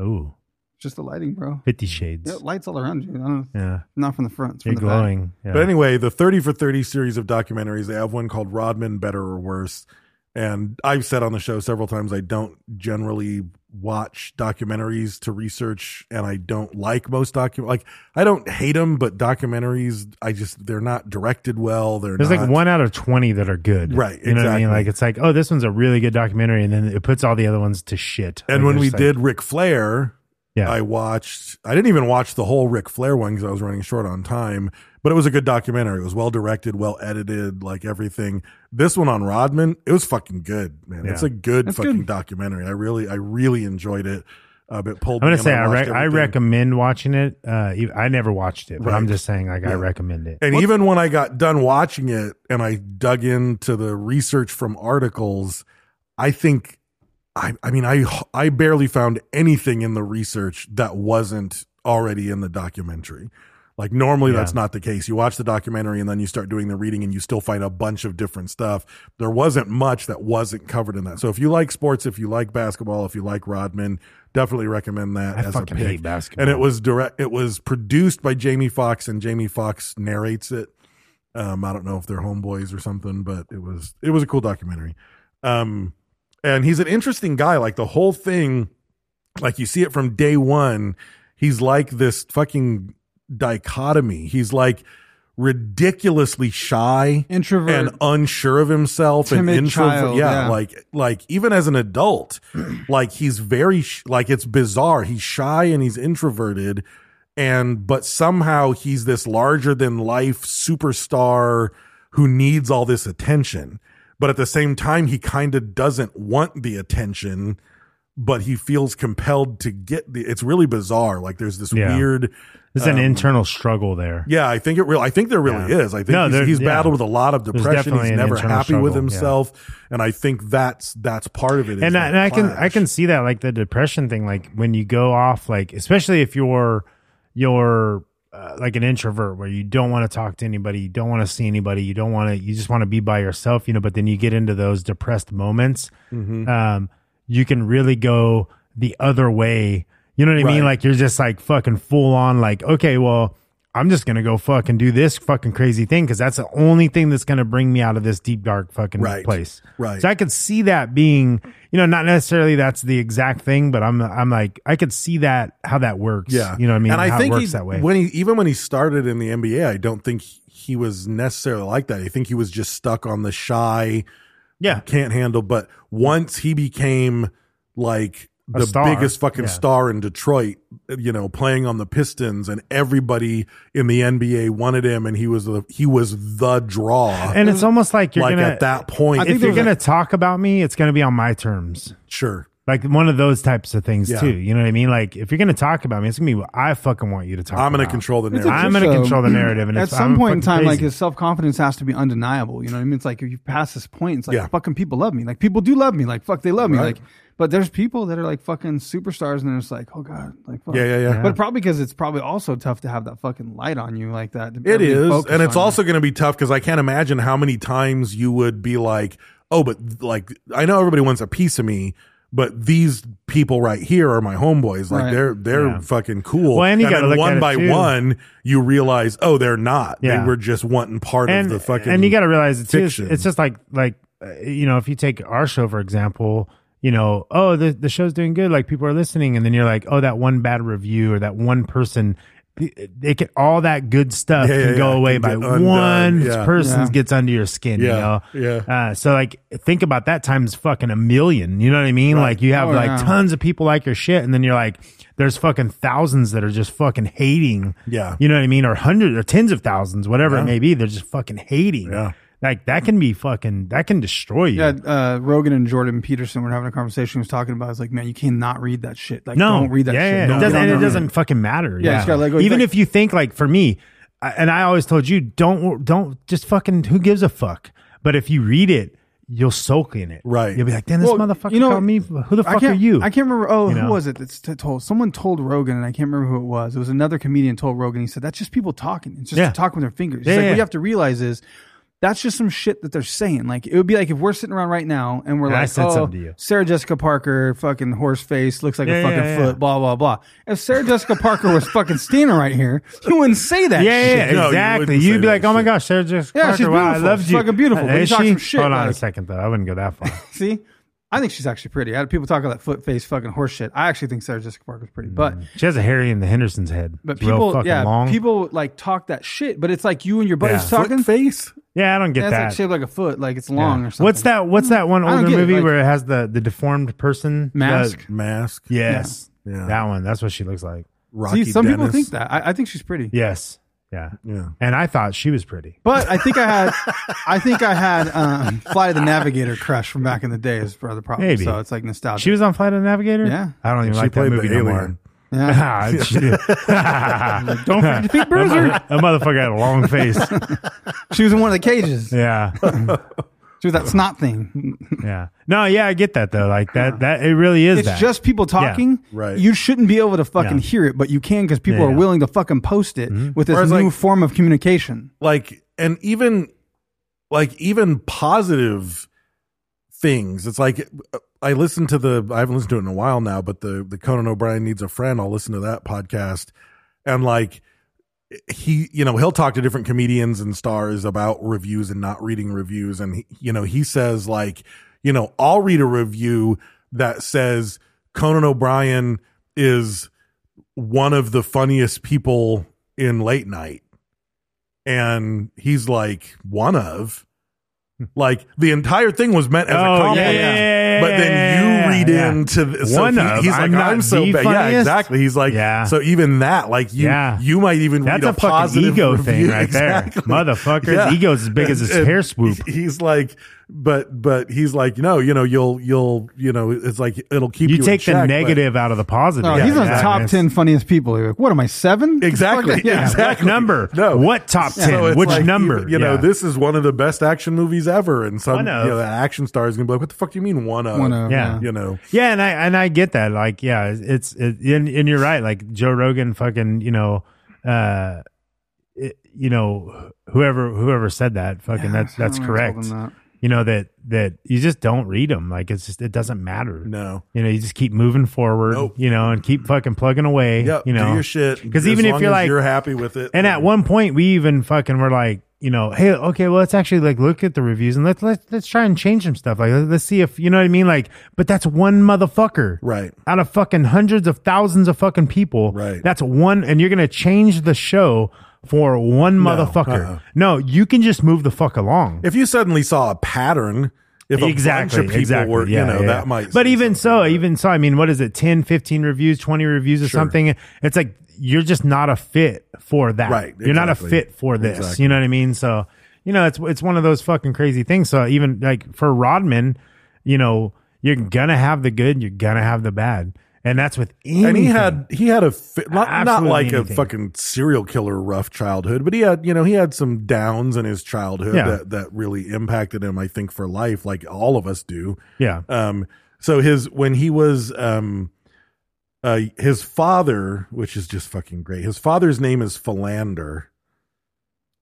oh,
just the lighting, bro.
50 shades.
Yeah, lights all around you. I don't know.
Yeah.
Not from the front. It's from
You're
the
glowing. Yeah.
But anyway, the 30 for 30 series of documentaries, they have one called Rodman Better or Worse. And I've said on the show several times I don't generally watch documentaries to research and I don't like most docu like I don't hate them but documentaries I just they're not directed well they're
There's
not
like one out of 20 that are good.
Right,
You know what I mean?
exactly.
Like, it's like, oh, this one's a really good documentary. And then it puts all the other ones to shit.
And
Like,
when
they're
we
just like-
did Ric Flair,
Yeah.
I watched. I didn't even watch the whole Ric Flair one because I was running short on time. But it was a good documentary. It was well directed, well edited, like everything. This one on Rodman, it was fucking good, man.
Yeah.
It's a good
That's
fucking
good.
documentary. I really, I really enjoyed it. Uh, it pulled.
I'm
me
gonna
in.
say I,
watched
re- I
everything.
recommend watching it. Uh, ev- I never watched it, but I'm
Right.
just saying like I
Yeah.
recommend it.
And even when I got done watching it and I dug into the research from articles, I think I I mean I I barely found anything in the research that wasn't already in the documentary. Like normally
Yeah.
that's not the case. You watch the documentary and then you start doing the reading and you still find a bunch of different stuff. There wasn't much that wasn't covered in that. So if you like sports, if you like basketball, if you like Rodman, definitely recommend that
I
as
fucking
a pick.
hate basketball.
And it was direct it was produced by Jamie Foxx and Jamie Foxx narrates it. Um, I don't know if they're homeboys or something, but it was it was a cool documentary. Um, and he's an interesting guy. Like the whole thing, like you see it from day one. He's like this fucking dichotomy. He's like ridiculously shy,
Introvert.
and unsure of himself,
Timid
and introvert.
child,
yeah,
yeah.
like like like even as an adult like he's very sh- like it's bizarre he's shy and he's introverted and but somehow he's this larger than life superstar who needs all this attention but at the same time he kind of doesn't want the attention but he feels compelled to get the it's really bizarre like there's this
Yeah.
weird
There's
um,
an internal struggle there.
yeah, I think it real. I think there really
Yeah.
is. I think
No, there-
he's, he's
yeah.
battled with a lot of
There's
depression.
definitely
He's
an
never
internal
happy with
struggle, yeah.
himself, and I think that's that's part of it. is
and
that
I, and I can I
clash.
can see that like the depression thing like when you go off like especially if you're you're uh, like an introvert where you don't want to talk to anybody you don't want to see anybody you don't want to you just want to be by yourself you know but then you get into those depressed moments
Mm-hmm.
um you can really go the other way you know what I mean
Right.
like you're just like fucking full on like okay well I'm just gonna go fucking do this fucking crazy thing because that's the only thing that's gonna bring me out of this deep dark fucking
Right.
place.
Right.
So I could see that being, you know, not necessarily that's the exact thing, but I'm I'm like I could see that how that works.
Yeah,
You know what I mean?
And I
how
think
it
he,
works that way.
when he even when he started in the NBA, I don't think he was necessarily like that. I think he was just stuck on the shy,
yeah.
can't handle. But once he became like
A
the
star.
biggest fucking
Yeah.
star in Detroit, you know, playing on the Pistons, and everybody in the NBA wanted him, and he was the he was the draw.
And it's almost like you're
like
gonna
at that point,
if you're gonna talk about me, it's gonna be on my terms.
sure,
Like one of those types of things
Yeah.
too. You know what I mean? Like if you're gonna talk about me, it's gonna be what I fucking want you to talk
I'm gonna
about.
control the
It's a
narrative.
I'm gonna
show.
control the narrative, and
At
it's-
some
I'm
point in
fucking
time, like
crazy.
his self confidence has to be undeniable. You know what I mean? It's like if you pass this point, it's like
Yeah.
fucking people love me. Like people do love me. Like fuck, they love me.
Right.
Like, but there's people that are like fucking superstars, and they're just like, oh god, like fuck.
Yeah, yeah, yeah.
But probably because it's probably also tough to have that fucking light on you like that.
It is, and it's also going to be tough because I can't imagine how many times you would be like, "Oh, but like I know everybody wants a piece of me, but these people right here are my homeboys. Like
Right.
they're they're
Yeah.
fucking cool."
Well, and you gotta
then
look
one
at it,
by
too.
one, you realize, "Oh, they're not.
Yeah.
They were just wanting part
and,
of the fucking."
and you got to realize it too, it's,
fiction.
it's just like like uh, you know if you take our show for example you know oh the, the show's doing good like people are listening and then you're like oh that one bad review or that one person they can all that good stuff
Yeah,
can
yeah,
go
yeah,
away
can
by
get undone,
one
yeah.
person
Yeah.
gets under your skin
Yeah,
you know
yeah.
uh, so like think about that times fucking a million you know what i mean like you have
Oh,
like
yeah.
tons of people like your shit and then you're like there's fucking thousands that are just fucking hating
Yeah.
you know what i mean or hundreds or tens of thousands whatever
Yeah.
it may be they're just fucking hating
Yeah.
like that can be fucking that can destroy you
Yeah, uh, Rogan and Jordan Peterson were having a conversation. He was talking about. It's like, man, you cannot read that shit. Like,
no
don't read that
yeah,
shit.
yeah,
No,
it
you
doesn't,
don't
and
read
it doesn't fucking matter
Yeah,
yeah,
it's gotta let go. It's
even
like-
if you think like for me I- and i always told you don't don't just fucking who gives a fuck but if you read it you'll soak in it.
Right.
You'll be like, damn, this
Well,
motherfucker
you know,
called me. Who the
I
fuck are
can't-
you?
I can't remember. Oh,
You
who
know?
was it that's t- told? Someone told Rogan, and I can't remember who it was. It was another comedian told Rogan. He said that's just people talking. It's just
Yeah.
talking with their fingers.
Yeah,
It's like,
yeah,
What
yeah.
you have to realize is that's just some shit that they're saying. Like it would be like if we're sitting around right now and we're
And I
like,
said
oh,
something to you."
Sarah Jessica Parker, fucking horse face, looks like
Yeah,
a
yeah,
fucking
yeah.
foot, blah blah blah. If Sarah Jessica Parker was fucking standing right here, you wouldn't say that.
yeah,
shit.
No,
yeah,
you
exactly.
wouldn't say
You'd be
that
like, oh my
shit.
gosh, Sarah Jessica
Yeah,
Parker,
she's
wow, I
beautiful.
loved
She's
you.
fucking beautiful, but
Is
you talk
she?
some shit,
Hold on a
like-
second, though. I wouldn't go that far.
See, I think she's actually pretty. I had people talk about that foot face fucking horse shit. I actually think Sarah Jessica Parker's pretty, but
she has a Harry in the Henderson's head.
but
It's real
people,
fucking
yeah,
long.
people like talk that shit. But it's like you and your buddies
Yeah.
talking face.
yeah, I don't get
That's like
that.
shaped like a foot, like it's
Yeah.
long or something.
What's that? What's that one
I don't
older
get it,
movie
like-
where it has the the deformed person the-
Mask?
Mask.
yes,
Yeah. Yeah.
that one. That's what she looks like.
Rocky
See, some people
Dennis.
think that. I, I think she's pretty.
Yes, yeah,
Yeah.
And I thought she was pretty.
But I think I had, I think I had um, Fly the Navigator crush from back in the day is part of the problem.
Maybe.
so it's like nostalgia.
She was on Flight of the Navigator.
Yeah.
I don't even
She
like that
played the
movie no
alien.
more.
yeah.
Ah, she did.
don't forget your feet,
That
Bruiser.
mother- that motherfucker had a long face.
She was in one of the cages.
Yeah,
She was that snot thing.
yeah. No, yeah, I get that though. Like that, that it really is.
it's
that.
just people talking.
Right.
You shouldn't be able to fucking
Yeah.
hear it, but you can because people
Yeah, Mm-hmm.
are
yeah.
willing to fucking post it with this
Whereas,
new
like-
form of communication.
like and even like even positive things it's like i listened to the i haven't listened to it in a while now but the the conan o'brien needs a friend i'll listen to that podcast and like he you know he'll talk to different comedians and stars about reviews and not reading reviews and he, you know he says like you know i'll read a review that says conan o'brien is one of the funniest people in late night and he's like one of like the entire thing was meant as a
Oh,
compliment
yeah, yeah, yeah,
but then
yeah,
you read
yeah.
into the, so
One
he-
of,
he's like
I'm
i'm,
not
so
the
bad yeah
funniest.
exactly he's like
Yeah.
so even that like you
Yeah.
you might even
That's
read
a
a,
fucking
positive
ego
review.
thing right there.
Exactly.
Motherfucker, ego's as big as his hair swoop.
he- He's like, but but he's like, no, you know, you'll you'll you know, it's like it'll keep you.
you
in
take the
check, but-
negative out of the positive.
No, Oh, he's on the
Yeah,
top
it's-
ten funniest people. You're like, what am I seven?
Exactly.
Fucking- yeah.
Exactly.
What number?
No.
What top
So
10?
it's
Which
like,
number?
even, you know,
Yeah.
this is one of the best action movies ever, and some
One
you
of.
know, the action star is gonna be like, "What the fuck do you mean one of?"
One of,
Yeah.
you know,
Yeah, and I and I get that. Like, yeah, it's it, and, and you're right. Like Joe Rogan, fucking, you know, uh, it, you know, whoever whoever said that, fucking, that's that's
I don't know who told
correct.
him that.
You know that that you just don't read them. Like it's just it doesn't matter.
no.
You know, you just keep moving forward.
Nope.
You know, and keep fucking plugging away.
Yep,
you know,
do your shit
Because
as
even if
long
you're
as
like
you're happy with it,
and at
then-
one point we even fucking were like, you know, hey, okay, well, let's actually like look at the reviews and let's let's let's try and change some stuff. Like let's see if you know what I mean. Like, but that's one motherfucker,
Right.
Out of fucking hundreds of thousands of fucking people,
Right.
That's one, and you're gonna change the show for one
No,
motherfucker.
uh-uh.
No, you can just move the fuck along.
If you suddenly saw a pattern, if a
exactly,
bunch of people
exactly.
were,
Yeah,
you know,
yeah, yeah.
that might.
But
say
even so,
something.
even so, I mean, what is it? 10, 15 reviews, 20 reviews or
Sure.
something. It's like, you're just not a fit for that.
Right,
You're not a
exactly.
fit for this.
Exactly.
You know what I mean? So, you know, it's, it's one of those fucking crazy things. So even like for Rodman, you know, you're going to have the good, you're going to have the bad. And that's with anything.
and he had he had a fi- not, not
Absolutely
like a
anything.
fucking serial killer rough childhood, but he had you know he had some downs in his childhood
Yeah.
that that really impacted him. I think for life, like all of us do.
yeah.
Um. So his when he was um, uh, his father, which is just fucking great. His father's name is Philander.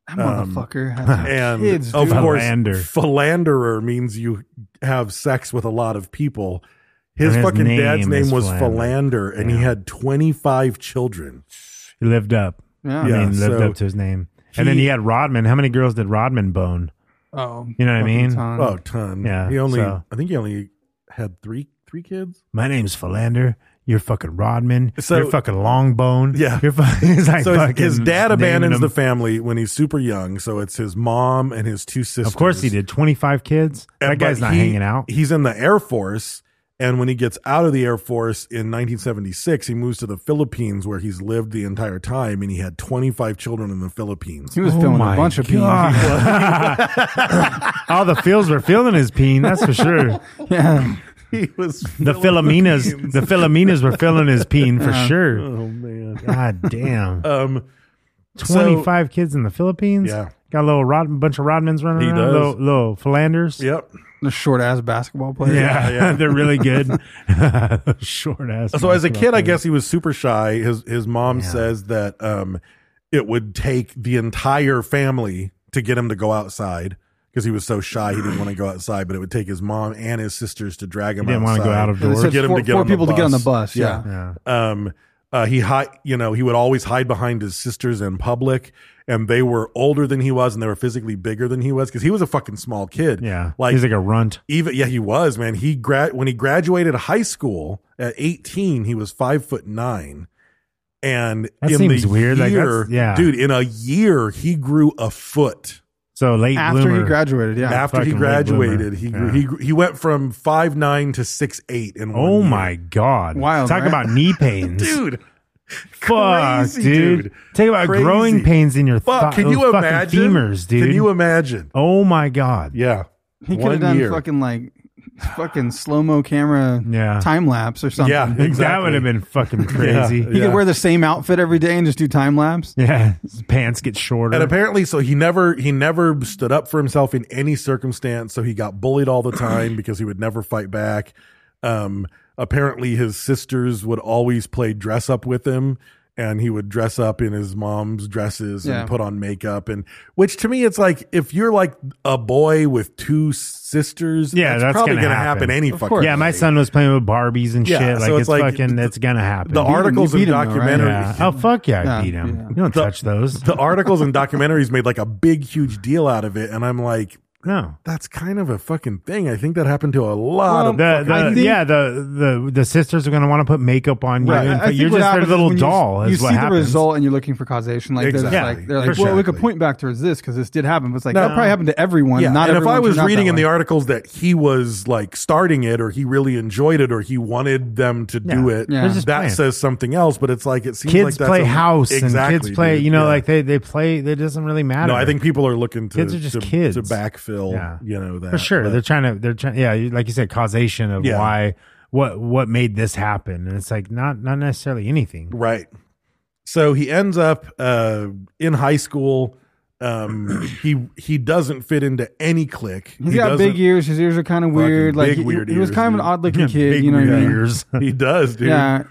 That motherfucker
Um,
has
and
kids.
oh,
of
dude.
course,
Philander.
philanderer means you have sex with a lot of people. His,
And his
fucking
name
dad's name
is
was
Philander.
Philander, and he
Yeah.
had 25 children.
He lived up.
Yeah.
I
Yeah,
mean, lived
so
up to his name. and then
he-
he had Rodman. How many girls did Rodman bone?
Oh,
You know what I
fucking
mean?
ton.
Oh, a ton.
Yeah,
He only,
so-
I think he only had three three kids.
my name's Philander. You're fucking Rodman.
So-
you're fucking Longbone.
Yeah.
You're fucking, it's like
So
fucking
his, his dad
naming
abandons
them.
the family when he's super young. So it's his mom and his two sisters.
Of course he did. 25 kids.
Uh,
That guy's
but
not
he-
hanging out.
He's in the Air Force. And when he gets out of the Air Force in 1976, he moves to the Philippines where he's lived the entire time. And he had 25 children in the Philippines.
He was filming
oh
a bunch of people.
All the Phils were feeling his peen, that's for sure.
Yeah.
He was
The Philomeninas, the Philomeninas were feeling his peen for sure.
Oh, man.
God damn.
Um, so-
25 kids in the Philippines?
Yeah.
Got a little rod, bunch of Rodmans running
He
around,
does.
Little, little Philanders.
Yep.
The short ass basketball players.
Yeah, they're really good. Short ass.
So as a kid,
basketball
I
player.
guess he was super shy. His his mom says that um, it would take the entire family to get him to go outside because he was so shy he didn't want to go outside. But it would take his mom and his sisters to drag him.
didn't
want
wanna
to
go out of
They
doors.
said
Get him
four,
to get
four
on the
people to get on the bus.
bus.
Yeah.
Yeah.
um, uh, he hide, you know, he would always hide behind his sisters in public, and they were older than he was, and they were physically bigger than he was because he was a fucking small kid.
Yeah,
like
he's like a runt.
even yeah, he was man. He grad when he graduated high school at eighteen, he was five foot nine, and
That
in
seems
the
weird, like,
year,
that's- yeah.
dude, in a year he grew a foot.
So late
After
bloomer.
he graduated, yeah.
After he
fucking late bloomer.
graduated, he grew,
Yeah.
he he went from five nine to six eight in one.
Oh
year.
my god!
Wild,
Talk
right?
about knee pains,
dude!
Fuck,
crazy,
dude.
dude.
Talk about
Crazy.
growing pains in your
Fuck,
fuck.
can you imagine?
Femurs, dude.
Can you imagine?
oh my god!
Yeah,
He could
One
have done
year.
fucking like fucking slow mo camera
Yeah.
time lapse or something.
Yeah,
Like, That
exactly.
would have been fucking crazy.
He
Yeah.
could wear the same outfit every day and just do time lapse.
Yeah, his pants get shorter.
And apparently, so he never he never stood up for himself in any circumstance. So he got bullied all the time because he would never fight back. Um, apparently, his sisters would always play dress up with him, and he would dress up in his mom's dresses
Yeah.
and put on makeup. And which to me, it's like if you're like a boy with two sisters,
Yeah, that's
probably
gonna
gonna happen,
happen.
any
Of
fucking
course.
yeah, my
way.
son was playing with Barbies and
Yeah,
shit. Like
so it's
it's,
like
fucking,
the-
it's gonna happen.
The
You beat him,
articles
you
and
beat him though, right?
documentary.
yeah. Oh fuck yeah, I
Yeah,
beat him.
yeah.
You don't
The-
touch those.
The articles and documentaries made like a big, huge deal out of it, and I'm like,
no.
that's kind of a fucking thing. I think that happened to a lot of.
The,
I
the,
think-
yeah, the, the the sisters are gonna want to put makeup on you.
Right.
and
I think
you're
what
just their
happens is
little
when you-
doll.
You
is what
see the
happens.
result, and you're looking for causation. Like they're just
Exactly.
like they're like,
For
well, we
sure.
could point back towards this because this did happen. But it's like
No.
that probably happened to everyone.
Yeah,
not
and if
everyone
I was
turned out
reading
that
in the
way.
articles that he was like starting it, or he really enjoyed it, or he wanted them to do
Yeah.
it,
Yeah. They're
that
just playing.
says something else. But it's like it seems
kids
like that's
play
a-
house
exactly,
and kids play
dude.
you know
Yeah.
like they they play it doesn't really matter
No, I think people are looking to
Kids are just
to,
kids.
to backfill.
Yeah.
You know that
for sure
but-
they're trying to they're trying yeah you- like you said causation of
Yeah.
why what what made this happen and it's like not not necessarily anything
Right. So he ends up uh, in high school. Um, he he doesn't fit into any clique.
He's
he
got big
doesn't-
ears. His ears are kind of
Fucking
weird. Like
big
he,
weird
he was
ears,
kind
dude.
of an odd looking kid.
big
You know what I
weird
mean?
ears
He does, dude.
Yeah.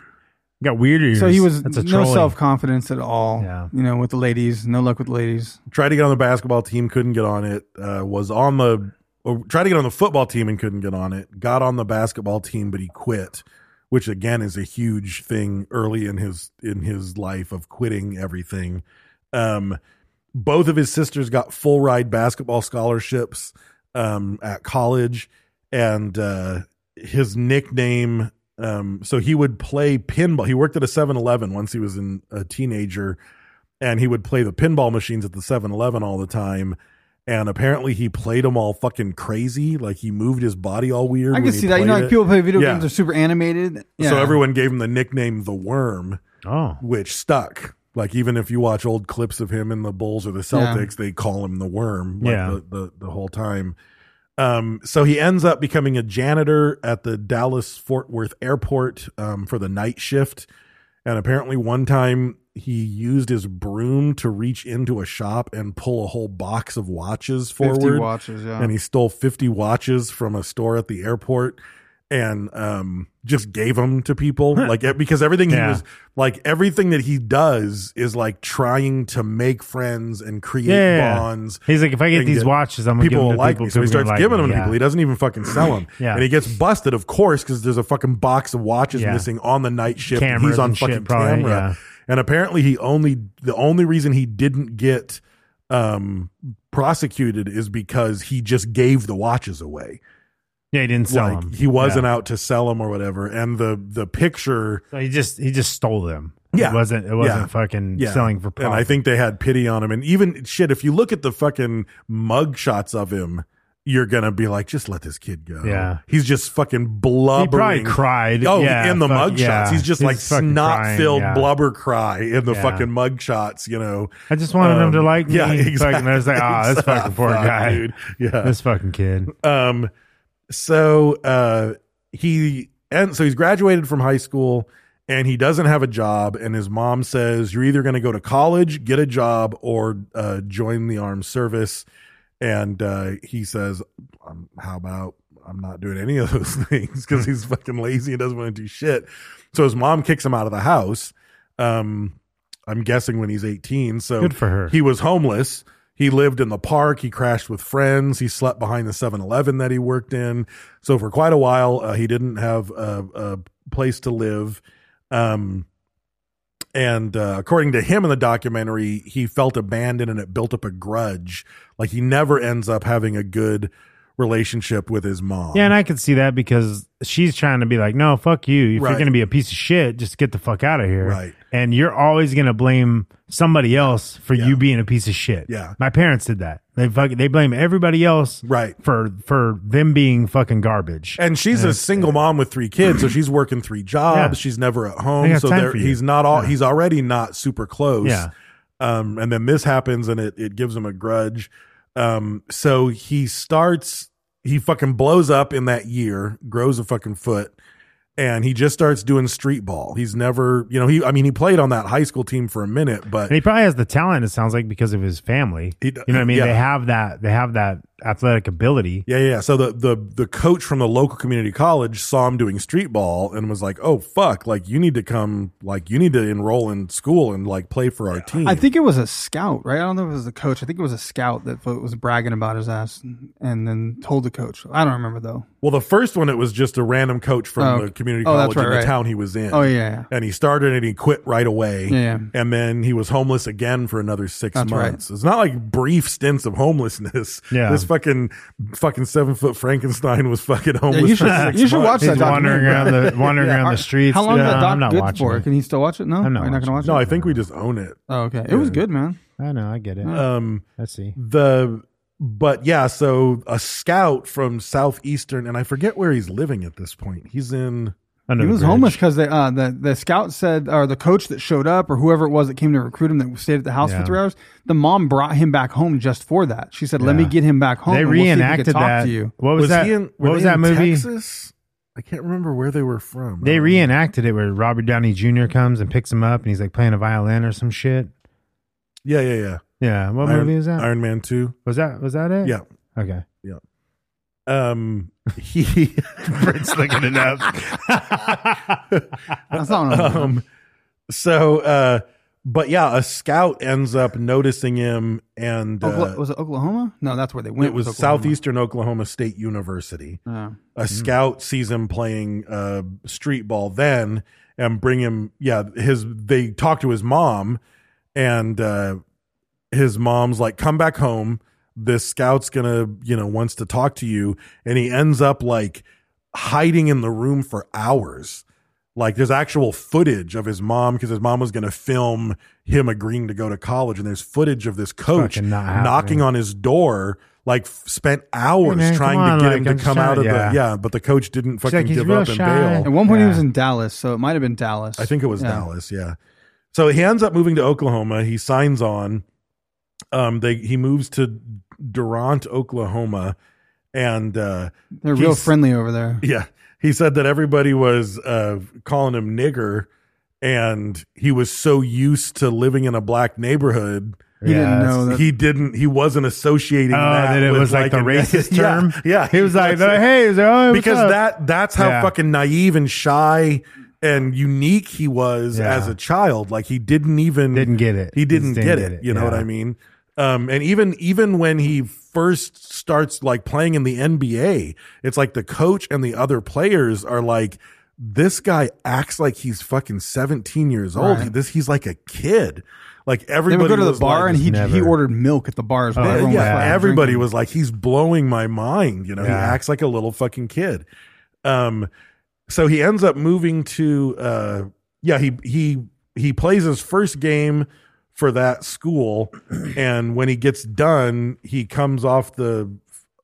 got weird ears
So he was
That's a
no
trolley.
self confidence at all.
Yeah.
You know, with the ladies, no luck with the ladies.
Tried to get on the basketball team, couldn't get on it. Uh, was on the or tried to get on the football team and couldn't get on it. Got on the basketball team, but he quit, which again is a huge thing early in his in his life of quitting everything. Um, both of his sisters got full ride basketball scholarships um, at college, and uh, his nickname. Um, so he would play pinball. He worked at a 7 Eleven once he was in a teenager, and he would play the pinball machines at the 7 Eleven all the time. And apparently, he played them all fucking crazy. Like he moved his body all weird.
I
when
can
he
see that. You know,
played
like
it.
people play video
Yeah.
games. They're super animated. Yeah.
So everyone gave him the nickname the Worm
oh
which stuck. Like even if you watch old clips of him in the Bulls or the
Yeah.
Celtics, they call him the worm like
Yeah.
the, the the whole time. Um so he ends up becoming a janitor at the Dallas Fort Worth airport um for the night shift. And apparently one time he used his broom to reach into a shop and pull a whole box of watches
50
forward.
watches. Yeah.
And he stole 50 watches from a store at the airport and um just gave them to people like e- because everything he
Yeah.
was like everything that he does is like trying to make friends and create
yeah
bonds
he's like if I get
and
these watches I'm gonna
people
give
will
them to
like
people
me so he
people are
starts
gonna like
giving
me.
them to
Yeah.
people he doesn't even fucking sell them
Yeah.
and he gets busted of course because there's a fucking box of watches
Yeah.
missing on the night shift and
Cameras
he's on
and shit,
fucking
probably,
camera
yeah.
and apparently he only the only reason he didn't get um prosecuted is because he just gave the watches away
yeah he didn't sell
like
them
he wasn't
yeah.
out to sell them or whatever and the the picture
so he just he just stole them
Yeah.
it wasn't it wasn't
Yeah.
fucking selling for profit
and i think they had pity on him and even shit if you look at the fucking mug shots of him you're gonna be like just let this kid go
Yeah.
he's just fucking
he
blubbering
probably cried
Oh,
yeah,
in the
fuck,
mug
yeah.
shots, he's just like
fucking
snot
crying,
filled
yeah.
blubber cry in the
Yeah.
fucking mug shots, you know.
I just wanted
Um,
them to like me.
yeah, exactly.
Fucking, I was like, ah, this fucking poor
Fuck,
guy,
dude. Yeah.
this fucking kid.
Um, so uh, he and so he's graduated from high school, and he doesn't have a job. And his mom says, "You're either going to go to college, get a job, or uh, join the armed service." And uh, he says, um, "How about I'm not doing any of those things because he's fucking lazy and doesn't want to do shit. So his mom kicks him out of the house. Um, I'm guessing when he's 18. So
Good for her.
He was homeless. He lived in the park. He crashed with friends. He slept behind the 7 Eleven that he worked in. So for quite a while, uh, he didn't have a, a place to live. Um, and uh, according to him in the documentary, he felt abandoned and it built up a grudge. Like he never ends up having a good relationship with his mom.
Yeah, and I could see that because she's trying to be like, no, fuck you. If
Right.
you're going to be a piece of shit, just get the fuck out of here.
Right.
And you're always going to blame somebody else for
Yeah.
you being a piece of shit.
Yeah.
My parents did that. They fuck, they blame everybody else
Right.
for for them being fucking garbage.
and she's a single mom with three kids, so she's working three jobs.
Yeah.
She's never at
They
home,
got
so
time
there,
for you.
he's not all.
Yeah.
He's already not super close.
Yeah.
Um, and then this happens, and it it gives him a grudge. Um, so he starts. He fucking blows up in that year, grows a fucking foot, and he just starts doing street ball. He's never, you know, he. I mean, he played on that high school team for a minute, but
And he probably has the talent. It sounds like because of his family.
He
you
d-
know what I mean?
yeah.
They have that. They have that athletic ability.
Yeah, yeah. yeah. So the the the coach from the local community college saw him doing street ball and was like, "Oh fuck! Like you need to come. Like you need to enroll in school and like play for our team."
I think it was a scout, right? I don't know if it was the coach. I think it was a scout that fo- was bragging about his ass and then told the coach. I don't remember though.
Well, the first one it was just a random coach from
Oh,
the
okay.
community
Oh,
college
that's right,
in the
right.
town he was in.
Oh, yeah, yeah.
And he started and he quit right away.
Yeah, yeah.
And then he was homeless again for another six
That's right.
months. It's not like brief stints of homelessness.
Yeah.
This fucking fucking seven foot Frankenstein was fucking homeless.
Yeah, you
for
should
six
you should watch
months.
that.
He's wandering
documentary.
around the- wandering around the streets.
How long
No,
is that doc
I'm not
good
watching
for?
it.
Can you still watch it? No,
I'm not
Are you not gonna watch
watching
it.
No, I think we just own it.
Oh, okay. It was good, man.
I know. I get it.
Um,
I see.
the but yeah so a scout from southeastern and i forget where he's living at this point he's in
Under
He
the
was
bridge.
homeless because they uh, the the scout said or the coach that showed up or whoever it was that came to recruit him that stayed at the house
Yeah.
for three hours. The mom brought him back home just for that. She said, "Let me
Yeah.
get him back home."
They
and we'll see if he can
reenacted
talk
that.
to you."
What was, that?
he in were
what was
they
that
in
movie?
texas i can't remember where they were from
They
Um,
reenacted it where Robert Downey Jr. comes and picks him up, and he's like playing a violin or some shit.
yeah yeah yeah
Yeah. What
iron,
movie is that?
iron man 2
Was that was that it?
yeah
Okay.
yeah um he
Britt's looking it up.
That's not what I'm-
um so uh but yeah a scout ends up noticing him and
Okla-
uh,
was it Oklahoma? No, that's where they went.
it was
Oklahoma.
southeastern oklahoma state university
Yeah.
a
Mm-hmm.
scout sees him playing uh, street ball then and bring him yeah his they talk to his mom and uh, his mom's like come back home this scout's gonna you know wants to talk to you and he ends up like hiding in the room for hours like there's actual footage of his mom because his mom was going to film him agreeing to go to college and there's footage of this coach
fucking not happening.
knocking on his door like f- spent hours
Hey, man,
trying
come on,
to get
like,
him to
I'm
come
shy.
out of
Yeah.
the yeah but the coach didn't
like,
fucking
"He's
give
real
up and
shy."
bail
At one point,
Yeah.
he was in Dallas, so it might have been Dallas.
I think it was
Yeah.
Dallas, yeah. So he ends up moving to Oklahoma. He signs on. Um, they he moves to Durant, Oklahoma, and uh,
They're real
he's-
friendly over there.
Yeah, he said that everybody was uh, calling him nigger, and he was so used to living in a black neighborhood.
He didn't know Oh, that.
He didn't. He wasn't associating.
Oh,
that,
that it
with,
was like, the
an-
racist
Yeah,
term.
Yeah,
he was like, "Hey, is there, oh, what's
because
up?"
that that's how
Yeah.
fucking naive and shy and unique he was
Yeah.
as a child. Like he didn't even
Didn't get it.
He didn't,
Just didn't
get,
get
it,
it,
You know what
yeah.
I mean? Um, and even even when he first starts like playing in the NBA, it's like the coach and the other players are like, this guy acts like he's fucking seventeen years old.
Right.
This he's like a kid. Like
They
everybody
would go to the
was
bar
like-
and he
never-
he ordered milk at the bars. while
Oh,
everyone
yeah,
was fucking
everybody
drinking.
was like, he's blowing my mind. You know, he
Yeah.
acts like a little fucking kid. Um, so he ends up moving to, uh, yeah, he he he plays his first game for that school, and when he gets done, he comes off the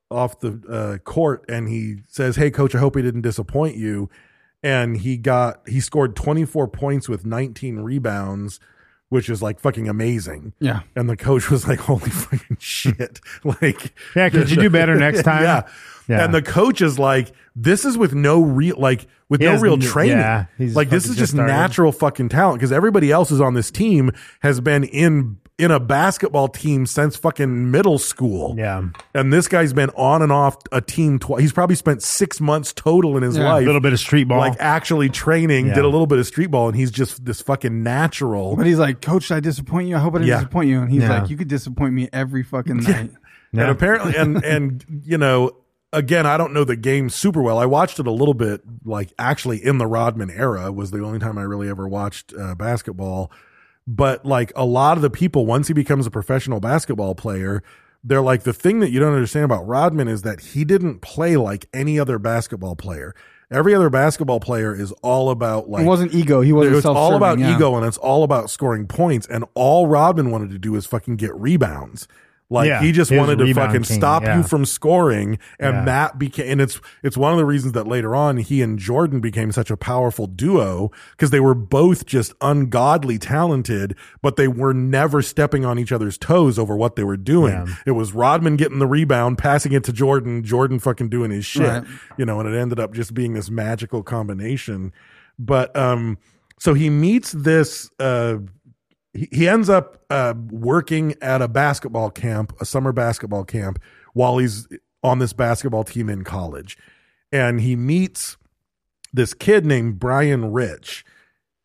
off the uh, court and he says, "Hey, coach, I hope he didn't disappoint you." And he got he scored twenty four points with nineteen rebounds, which is like fucking amazing.
Yeah.
And the coach was like, "Holy fucking shit!" like,
Yeah, could you do better next time?
yeah.
Yeah.
And the coach is like, "This is with no real, like, with
He
no
has
real
n-
training.
yeah, he's
like, this
fucking
is
just
just
started.
natural fucking talent because everybody else is on this team has been in in a basketball team since fucking middle school.
Yeah.
And this guy's been on and off a team twice. He's probably spent six months total in his
Yeah.
life.
Little bit of street ball.
Like actually training,
Yeah.
did a little bit of street ball, and he's just this fucking natural.
But he's like, Coach, did I disappoint you? I hope I didn't
Yeah.
disappoint you. And he's
Yeah.
like, You could disappoint me every fucking night.
And apparently, and and you know, again, I don't know the game super well. I watched it a little bit, like actually in the Rodman era was the only time I really ever watched uh, basketball. But like a lot of the people, once he becomes a professional basketball player, they're like the thing that you don't understand about Rodman is that he didn't play like any other basketball player. Every other basketball player is all about like
It wasn't ego. He wasn't
It's all
self-serving,
about
yeah.
ego and it's all about scoring points. And all Rodman wanted to do is fucking get rebounds. Like
Yeah,
he just
he was
wanted
a
to
rebound
fucking
king,
stop
yeah.
you from scoring, and
Yeah.
that became. And it's it's one of the reasons that later on he and Jordan became such a powerful duo because they were both just ungodly talented, but they were never stepping on each other's toes over what they were doing.
Yeah.
It was Rodman getting the rebound, passing it to Jordan, Jordan fucking doing his shit,
Right.
you know, and it ended up just being this magical combination. But um, so he meets this. Uh, he he ends up uh, working at a basketball camp, a summer basketball camp, while he's on this basketball team in college, and he meets this kid named Brian Rich.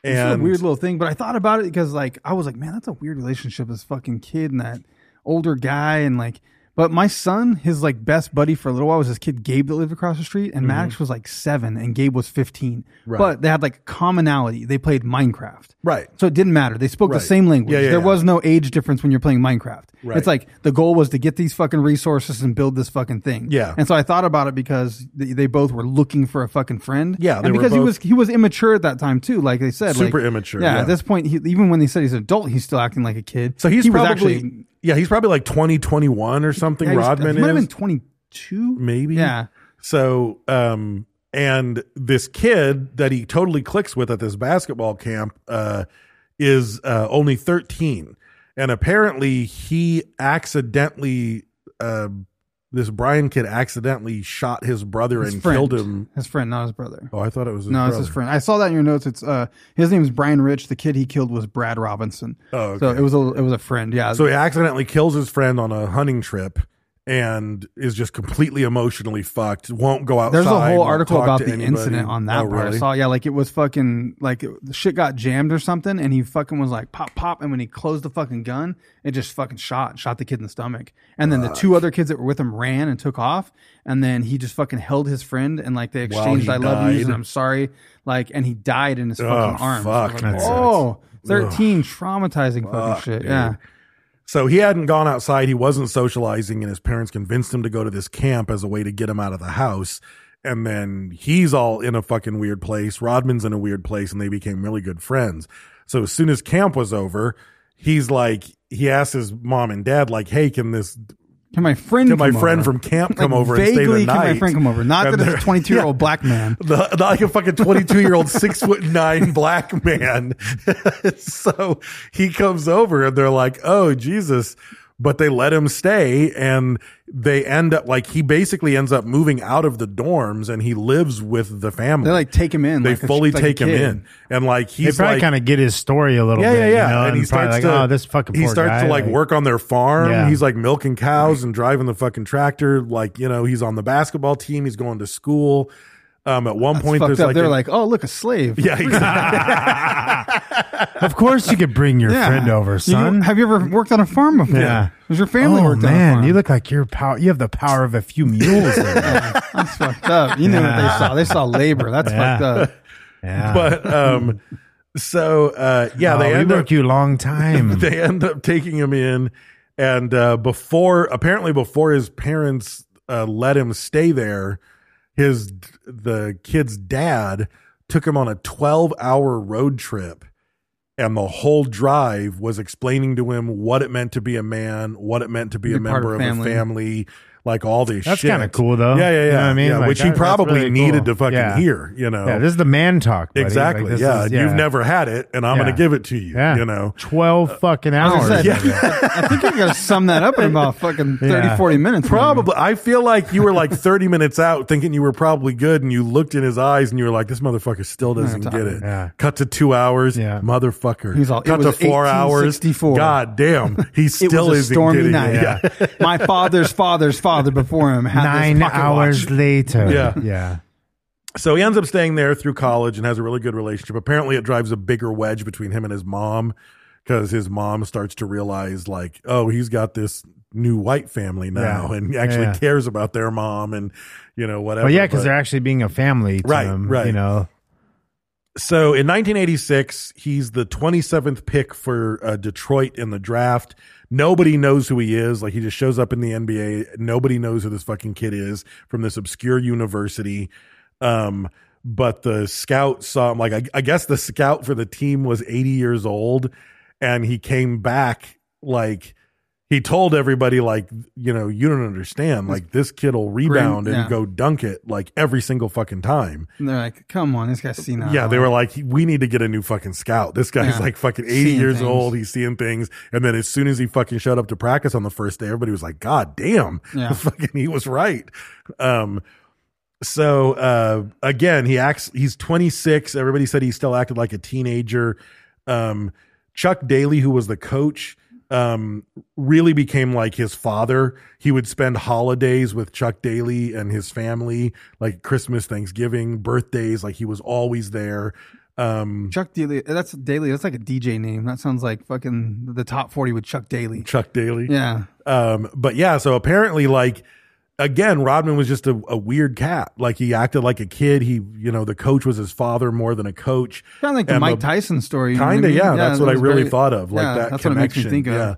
It's a
And
weird little thing, but I thought about it because like I was like, man, that's a weird relationship. This fucking kid and that older guy, and like, but my son, his like best buddy for a little while was this kid Gabe that lived across the street, and Maddox was like seven, and Gabe was fifteen.
Mm-hmm. Right.
But they had like commonality. They played Minecraft,
right,
so it didn't matter. They spoke
Right.
the same language.
Yeah, yeah,
there
yeah.
was no age difference when you're playing Minecraft.
Right.
It's like the goal was to get these fucking resources and build this fucking thing.
Yeah.
And so I thought about it because they, they both were looking for a fucking friend.
Yeah, they
And
were
because he
both-
was he was immature at that time too. Like they said, like-
Super immature,
Yeah,
yeah.
At this point, he, even when they said he's an adult, he's still acting like a kid.
so he's
he
probably
was actually
yeah, he's probably like twenty twenty one or something.
yeah, he was-
Rodman
he might
is
have been twenty two.
maybe
Yeah.
So, um, and this kid that he totally clicks with at this basketball camp uh, is uh, only 13. And apparently he accidentally, uh, this Brian kid accidentally shot his brother
His
and
friend.
killed him.
His friend, not his brother.
Oh, I thought it was his
no, it's
brother.
his friend. I saw that in your notes. It's uh, his name is Brian Rich. The kid he killed was Brad Robinson.
Oh,
so
okay.
it was a it was a friend. Yeah.
So he accidentally kills his friend on a hunting trip and is just completely emotionally fucked. Won't go outside.
There's a whole
won't
article
talk
about
to
the
anybody.
incident on that
Oh,
part.
really?
I saw, yeah, like it was fucking like it, the shit got jammed or something, and he fucking was like pop pop, and when he closed the fucking gun, it just fucking shot shot the kid in the stomach, and then the two other kids that were with him ran and took off, and then he just fucking held his friend and like they
While
exchanged
he
I love yous
died.
and I'm sorry, like, and he died in his
Oh,
fucking arms. I was
fuck,
like,
that
oh,
sucks.
13 traumatizing fucking
Fuck,
shit.
dude.
Yeah,
So he hadn't gone outside. He wasn't socializing, and his parents convinced him to go to this camp as a way to get him out of the house. And then he's all in a fucking weird place. Rodman's in a weird place, and they became really good friends. So as soon as camp was over, he's like, he asked his mom and dad, like, "Hey, can this
can my friend
can my
come
friend
over?
from camp
Like,
come over and stay the
vaguely
night?"
Can my friend come over? Not
And
that
they're-
it's a 22 year old
Yeah.
black man.
The, the- like a fucking 22 year old six foot nine black man. so he comes over and they're like, Oh Jesus. But they let him stay and they end up like he basically ends up moving out of the dorms and he lives with the family.
They like take him in.
They
like a-
fully
like a
take him
kid.
in. And like
They
he's
probably
like,
kind of get his story a little
yeah,
bit.
yeah, yeah.
you know,
and he
probably
starts
like,
to
oh, this fucking
he
poor
starts
guy,
to like, work on their farm.
Yeah.
He's like milking cows and driving the fucking tractor. Like you know, he's on the basketball team. He's going to school. Um, at one
That's
point,
fucked
there's
up.
like
they're
a-
like, oh look, a slave.
yeah, exactly.
Of course, you could bring your
Yeah.
friend over,
You-
son.
have you ever worked on a farm before?
Yeah.
Was your family
oh
worked on a
man,
farm?
you look like you're power. You have the power of a few mules. there.
That's fucked up. You know what they
Yeah.
saw. They saw labor. That's
Yeah.
fucked up.
yeah,
but um, so uh, yeah,
Oh,
they
we
end up
worked you a long time.
they end up taking him in, and uh, before apparently before his parents uh, let him stay there, his the kid's dad took him on a twelve hour road trip. And the whole drive was explaining to him what it meant to be a man, what it meant to be,
Be
a
part
member
of
of
family.
a family, like all this
That's
shit.
kinda cool, though.
Yeah, yeah, yeah.
You know what I mean?
Yeah,
Like,
which
that-
he
that's
probably
really cool.
needed to fucking
Yeah.
hear, you know.
Yeah, this is the man talk. buddy. Like,
Exactly.
this
yeah.
is-
You've never had it, and I'm going
Yeah.
to give it to you.
Yeah.
You know. Uh,
twelve fucking hours.
I think I got to sum that up in about fucking 30,
Yeah.
40 minutes. maybe.
Probably. I feel like you were like 30 minutes out thinking you were probably good, and you looked in his eyes and you were like, this motherfucker still doesn't
Yeah,
get it.
yeah.
Cut to two hours.
Yeah.
Motherfucker.
He's all, "It
Cut to
was
four hours.
1864.
God damn. He
It
still
was a
isn't
stormy
getting
night.
it. Yeah.
My father's father's father before him had
Nine
this pocket
hours
watch.
later.
Yeah.
yeah.
So he ends up staying there through college and has a really good relationship. Apparently, it drives a bigger wedge between him and his mom because his mom starts to realize, like, oh, he's got this new white family now
Yeah.
and actually
Yeah.
cares about their mom and, you know, whatever.
Well, yeah, because
But-
they're actually being a family to
Right,
him,
right.
You know,
So in 1986, he's the 27th pick for uh, Detroit in the draft. Nobody knows who he is. Like he just shows up in the NBA. Nobody knows who this fucking kid is from this obscure university. Um, but the scout saw him. Like I, I guess the scout for the team was 80 years old, and he came back like. He told everybody, like, you know, you don't understand. Like, this kid will rebound and
yeah.
go dunk it, like, every single fucking time.
And they're like, come on, this guy's senile.
Yeah, they were like, we need to get a new fucking scout. This guy's
Yeah.
like fucking 80
Seeing
years
things.
old. He's seeing things. And then as soon as he fucking showed up to practice on the first day, everybody was like, God damn.
Yeah.
fucking, he was right. Um, so uh, again, he acts. He's 26. Everybody said he still acted like a teenager. Um, Chuck Daly, who was the coach, um, really became like his father. He would spend holidays with Chuck Daly and his family, like Christmas, Thanksgiving, birthdays. Like he was always there. Um,
Chuck Daly. That's Daly. That's like a DJ name. That sounds like fucking the top 40 with Chuck Daly.
Chuck Daly.
Yeah.
Um, but yeah, so apparently, like again, Rodman was just a, a weird cat. Like he acted like a kid. He, you know, the coach was his father more than a coach.
Kind of like the
And
Mike Tyson story. you know what I
Kinda,
mean?
yeah, That's
it
what I
was
really
very-
thought of. Like
yeah,
that
That's what it makes
connection.
me think of.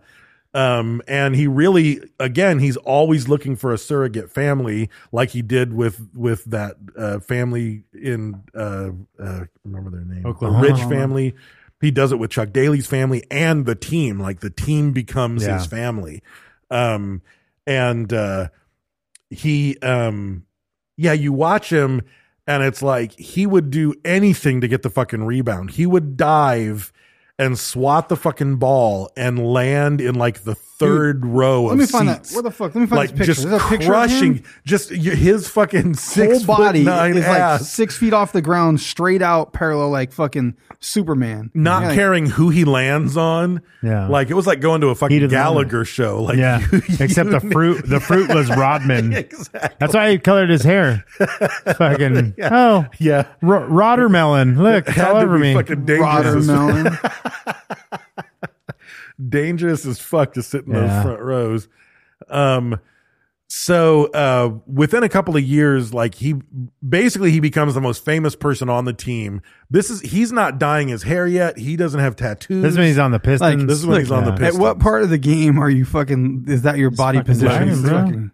Yeah. Um, and he really, again, he's always looking for a surrogate family, like he did with with that uh, family in uh, uh, remember their name,
Oklahoma.
the Rich family. He does it with Chuck Daly's family and the team. Like the team becomes
Yeah.
his family. Um, and uh, he, um, yeah, you watch him, and it's like he would do anything to get the fucking rebound. He would dive and swat the fucking ball and land in like the third row of
Let me find that.
seats.
Where the fuck? Let me find
like
this picture.
just
There's a picture of him?
crushing, just y- his fucking six
whole body
foot nine
is
ass,
like six feet off the ground, straight out, parallel, like fucking Superman.
not
Yeah, like,
caring who he lands on.
Yeah.
like it was like going to a
Heat
fucking
of the moment.
Gallagher show. Like,
yeah.
you-
Except
you-
the fruit, the fruit was Rodman.
Exactly.
That's why he colored his hair. Fucking oh
Yeah.
Ro- Roddermelon. Look, it's
Had
all
to
over
be
me.
fucking dangerous, as,
Watermelon.
dangerous as fuck to sit in
Yeah.
those front rows. Um, so uh, within a couple of years, like he basically he becomes the most famous person on the team. This is he's not dyeing his hair yet. He doesn't have tattoos.
This is when he's on the Pistons.
This is when he's on the
Yeah.
At
Pistons.
what part of the game are you fucking? Is that your body
fucking
position?
Brian,
It's
bro.
fucking-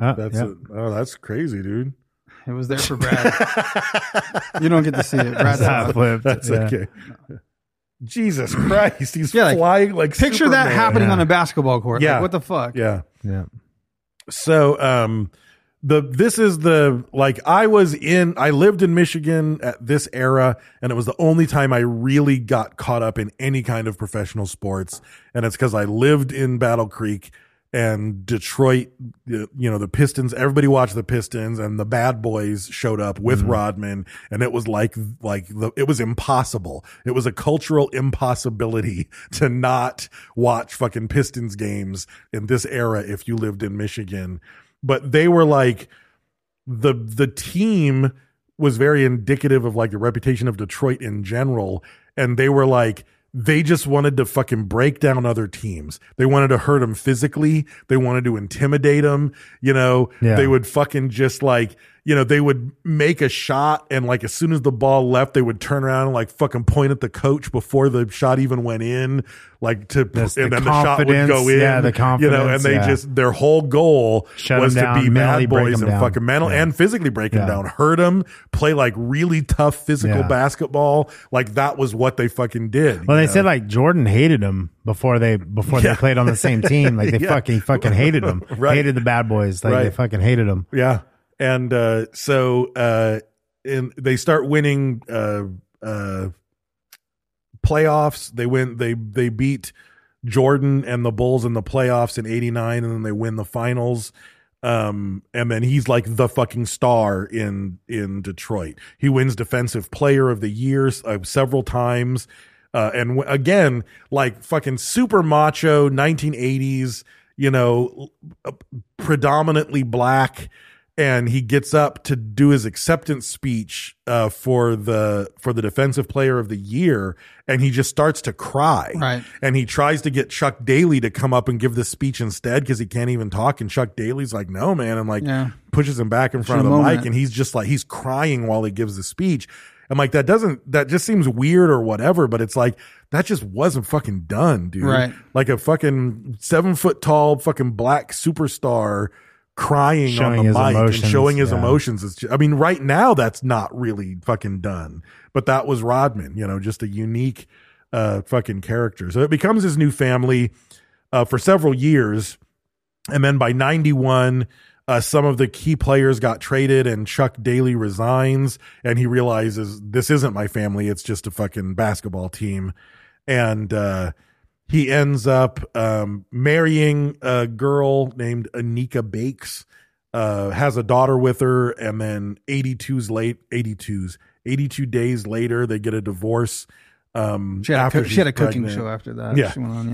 Uh,
That's
yeah.
it. Oh, that's crazy, dude.
it was there for Brad. you don't get to see it. Brad.
Top lip.
That's
Yeah.
okay. Jesus Christ, he's
Yeah, like,
flying like
Picture that
Superman.
happening
Yeah.
on a basketball court.
Yeah.
Like, what the fuck?
Yeah.
Yeah.
So um the this is the like I was in I lived in Michigan at this era and it was the only time I really got caught up in any kind of professional sports and it's cuz I lived in Battle Creek and Detroit you you know the Pistons everybody watched the Pistons and the Bad Boys showed up with Rodman and it was like like the, it was impossible it was a cultural impossibility to not watch fucking Pistons games in this era if you lived in Michigan but they were like the the team was very indicative of like the reputation of Detroit in general and they were like they just wanted to fucking break down other teams. They wanted to hurt them physically. They wanted to intimidate them. You know,
Yeah.
they would fucking just like, you know, they would make a shot and like as soon as the ball left, they would turn around and like fucking point at the coach before the shot even went in, like to
That's the
and then the shot would
confidence,
go in.
yeah, the
You know, and
confidence,
they
yeah.
just their whole goal
Shut
was
'em
to
down,
be
mentally
bad
break
boys
'em
and
down.
fucking mental
Yeah.
and physically break them
Yeah.
down, hurt them, play like really tough physical
Yeah.
basketball. Like that was what they fucking did.
Well,
you
they
know?
said like Jordan hated him before they before
Yeah.
they played on the same team. Like they
Yeah.
fucking fucking hated him.
Right.
Hated the bad boys. Like they
Right.
fucking hated him.
Yeah. And uh so uh and they start winning uh uh playoffs. They win they they beat Jordan and the Bulls in the playoffs in 89 and then they win the finals. Um and then he's like the fucking star in in Detroit. He wins defensive player of the year uh, several times. Uh, and w- again, like fucking super macho 1980s, you know, predominantly black and he gets up to do his acceptance speech uh, for the for the defensive player of the year and he just starts to cry
Right.
and he tries to get chuck daly to come up and give this speech instead because he can't even talk and chuck daly's like no man and like
Yeah.
pushes him back in front of
the
the
moment.
mic and he's just like he's crying while he gives the speech i'm like that doesn't that just seems weird or whatever but it's like that just wasn't fucking done dude
Right.
like a fucking seven foot tall fucking black superstar crying on
Showing
the
his
mic and
emotions,
showing his
yeah.
emotions. It's ju- I mean, right now that's not really fucking done, but that was Rodman, you know, just a unique uh, fucking character. So it becomes his new family uh, for several years. And then by 91, uh, some of the key players got traded and Chuck Daly resigns and he realizes this isn't my family. It's just a fucking basketball team. And, uh, he ends up um, marrying a girl named Anika Bakes, uh, has a daughter with her, and then 82's late, 82's, 82 days later, they get a divorce. Um,
She had, a,
after
coo- she had a
she's
cooking
pregnant.
show after that.
Yeah.
She went on,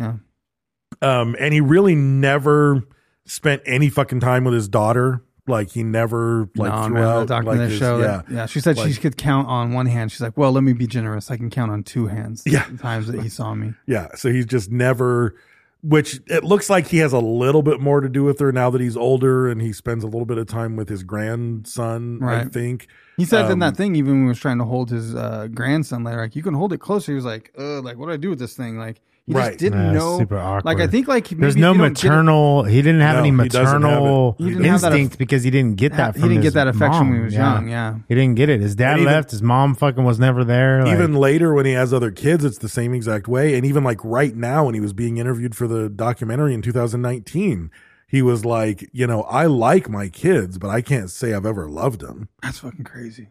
yeah.
Um, and he really never spent any fucking time with his daughter. Like he never like
no, man,
throughout
the doctor
like
that
his-
show.
yeah
that- yeah. She said
Like-
she could count on one hand. She's like, well, let me be generous. I can count on two hands. the
Yeah.
times that he saw me.
Yeah. So he's just never, which it looks like he has a little bit more to do with her now that he's older and he spends a little bit of time with his grandson, I
Right.
think.
He said in
Um,
that thing, even when he was trying to hold his uh, grandson, later, like you can hold it closer. He was like, "Ugh, like what do I do with this thing?" Like he
Right.
just didn't
Yeah, it's
know.
Super awkward.
Like I think like maybe
there's
if
no
you don't get it-
maternal. he didn't have
No,
any
he doesn't have it.
maternal
He
didn't have that
instinct
aff-
because he didn't get
ha-
that.
he
From
didn't
his
get that affection
mom.
when he was young, yeah.
he didn't get it. His dad
And even-
left. His mom fucking was never there.
And
Like,
even later when he has other kids, it's the same exact way. And even like right now when he was being interviewed for the documentary in 2019, he was like, you know, I like my kids, but I can't say I've ever loved them.
That's fucking crazy.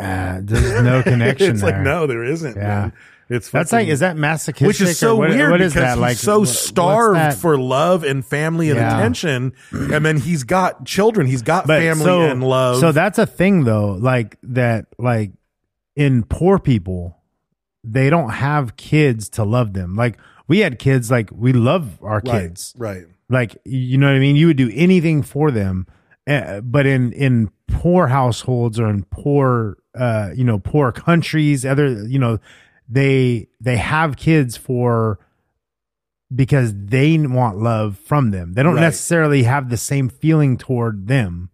ah, there's no connection.
it's like,
there.
no, there isn't.
Yeah.
Man. It's
That's
fucking-
like, is that masochistic?
which is so
or what-
weird
What
because
is that?
he's
like,
so
what- what's that?
starved for love and family and
Yeah.
attention, and then he's got children, he's got family and love.
So that's a thing though, like that like in poor people, they don't have kids to love them. Like we had kids, like we love our
right,
kids.
right?
Like you know what I mean? You would do anything for them. Uh, but in in poor households or in poor uh you know, poor countries, other you know, they they have kids for because they want love from them. They don't
Right.
necessarily have the same feeling toward them.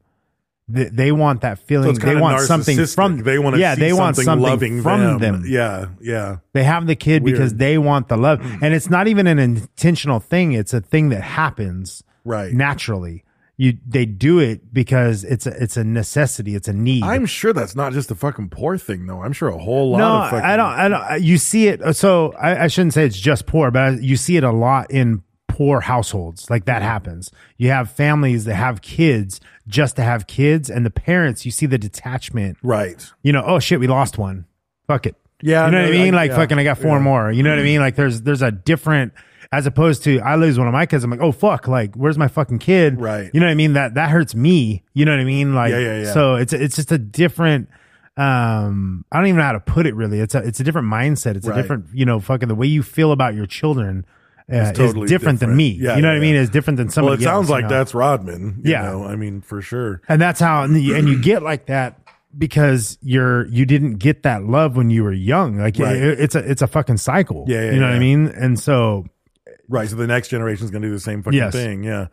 They, they want that
So
feeling.
it's
they
kinda
want something
narcissistic.
from.
They want to
yeah.
see
they
something,
want something
loving
from them.
Yeah, yeah,
They have the kid because
Weird. Mm.
they want the love, and it's not even an intentional thing. It's a thing that happens
right.
naturally. You they do it because it's a it's a necessity. It's a need.
I'm sure that's not just a fucking poor thing, though. I'm sure a whole lot
no,
of fucking.
I don't. I don't. You see it. So I, I shouldn't say it's just poor, but I, you see it a lot in poor households. Like that happens. You have families that have kids just to have kids, and the parents. You see the detachment.
Right.
You know. Oh shit, we lost one. Fuck it.
Yeah,
You know
no,
what I mean?
I-
like
yeah,
fucking, I got four
yeah. Mm-hmm.
more. You know what I mean? Like there's there's a different. As opposed to, I lose one of my kids. I'm like, oh fuck! Like, where's my fucking kid?
Right.
You know what I mean? That that hurts me. You know what I mean? Like,
Yeah, yeah, yeah.
so it's it's just a different um i don't even know how to put it really it's a it's a different mindset it's
Right.
a different you know fucking the way you feel about your children uh, is
totally
different, than
different.
me
Yeah,
you know
yeah,
what i mean
yeah.
it's different than
Well,
somebody
it sounds
else, you
like
know?
that's Rodman. You
Yeah.
know? I mean, for sure.
and that's how and, you- and you get like that because you're you didn't get that love when you were young like
Right.
it, it's a it's a fucking cycle
Yeah, yeah,
you know what
yeah.
i mean and so
Right. So the next generation's going to do the same fucking
Yes.
thing. Yeah.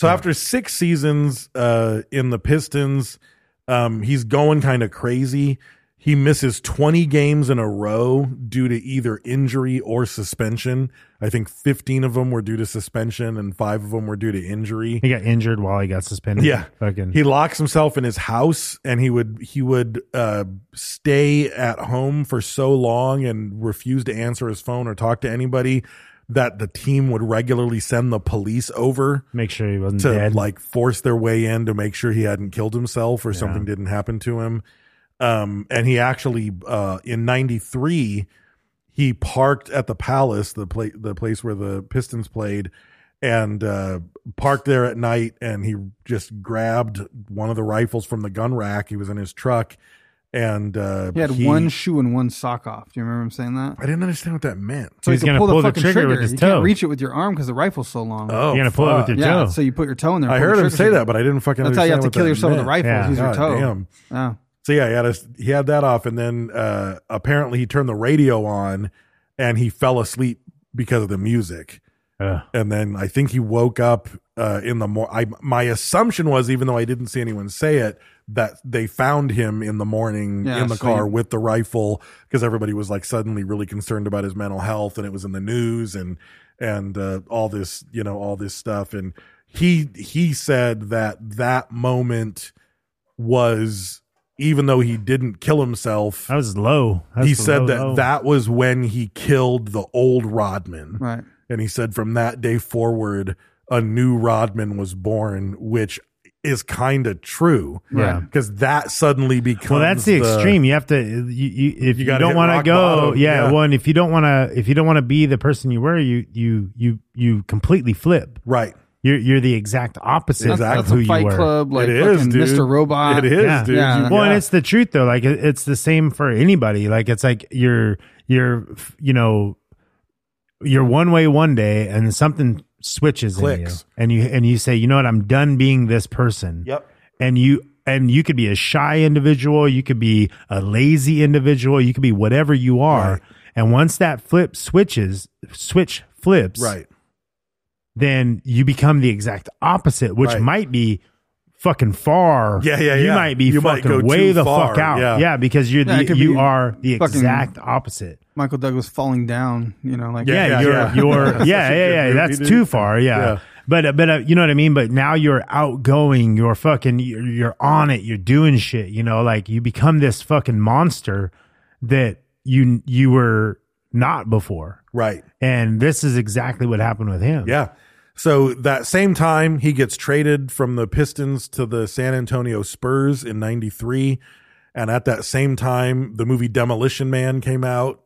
So after six seasons uh, in the Pistons, Um, he's going kind of crazy. He misses 20 games in a row due to either injury or suspension. I think 15 of them were due to suspension and five of them were due to injury.
He got injured while he got suspended.
Yeah.
Fucking.
He locks himself in his house and he would he would uh stay at home for so long and refuse to answer his phone or talk to anybody that the team would regularly send the police over
make sure he wasn't
to
dead.
like force their way in to make sure he hadn't killed himself or something didn't happen to him. Um and he actually uh in 93 he parked at the Palace, the pla- the place where the Pistons played, and uh, parked there at night. And he just grabbed one of the rifles from the gun rack. He was in his truck, and uh,
He had one shoe and one sock off. Do you remember him saying that?
I didn't understand what that meant.
So
He's
you can
gonna pull
pull, the
the
fucking
trigger
trigger.
with his
you
toe.
can't reach it with your arm because the rifle's so long.
Oh,
You're gonna pull it with
fuck.
your
yeah.
toe.
So you put your toe in there.
I
pull the
heard him
trigger.
say that, but I didn't fucking.
That's how you have
understand
to
what
kill
that
yourself with a
meant.
rifle.
Yeah.
Use your
God
toe.
damn.
Oh.
So yeah, he had, a, he had that off, and then uh, apparently he turned the radio on, and he fell asleep because of the music.
Ugh.
and then I think he woke up uh, in the mor I my assumption was, even though I didn't see anyone say it, that they found him in the morning
Yeah,
in the
so
car
you-
with the rifle because everybody was like suddenly really concerned about his mental health, and it was in the news and and uh, all this you know all this stuff, and he he said that that moment was even though he didn't kill himself.
that was low. That's
he said
low,
that
low.
that was when he killed the old Rodman.
Right.
And he said from that day forward, a new Rodman was born, which is kind of true.
Yeah.
Because that suddenly becomes.
Well, that's the, extreme. You have to you, you if
You
you,
gotta
don't
hit
want
rock
to go,
bottom,
yeah,
yeah.
Well, and if you don't want to, if you don't want to be the person you were, you you you you completely flip.
Right.
You're you're the exact opposite
Exactly.
of
That's
who
a Fight
you were.
Club, like
it is,
fucking
dude.
Mr. Robot.
It is,
Yeah.
dude.
Yeah.
You
Well,
Well, and
got-
it's the truth though. Like it, it's the same for anybody. Like it's like you're you're f- you know you're one way one day, and something switches in you,
Clicks.
and you and you say, you know what, I'm done being this person.
Yep.
And you and you could be a shy individual, you could be a lazy individual, you could be whatever you are.
Right.
And once that flip switches, switch flips,
Right.
then you become the exact opposite, which
Right.
might be fucking far.
Yeah, yeah,
You
yeah.
might be
You might
fucking
go
way
too
the
far,
fuck out.
yeah.
Yeah, because you're the,
Yeah, it could be
you are the
fucking-
exact opposite.
Michael Douglas falling down. You know, like
Yeah,
Yeah,
yeah,
you're
yeah.
you're yeah,
Such a
yeah,
good
yeah.
movie,
That's
dude.
too far. Yeah.
Yeah.
But uh, but uh, you know what I mean. But now you're outgoing. You're fucking. You're, you're on it. You're doing shit. You know, like you become this fucking monster that you you were not before.
Right.
And this is exactly what happened with him.
Yeah. So that same time, he gets traded from the Pistons to the San Antonio Spurs in 93. And at that same time, the movie Demolition Man came out,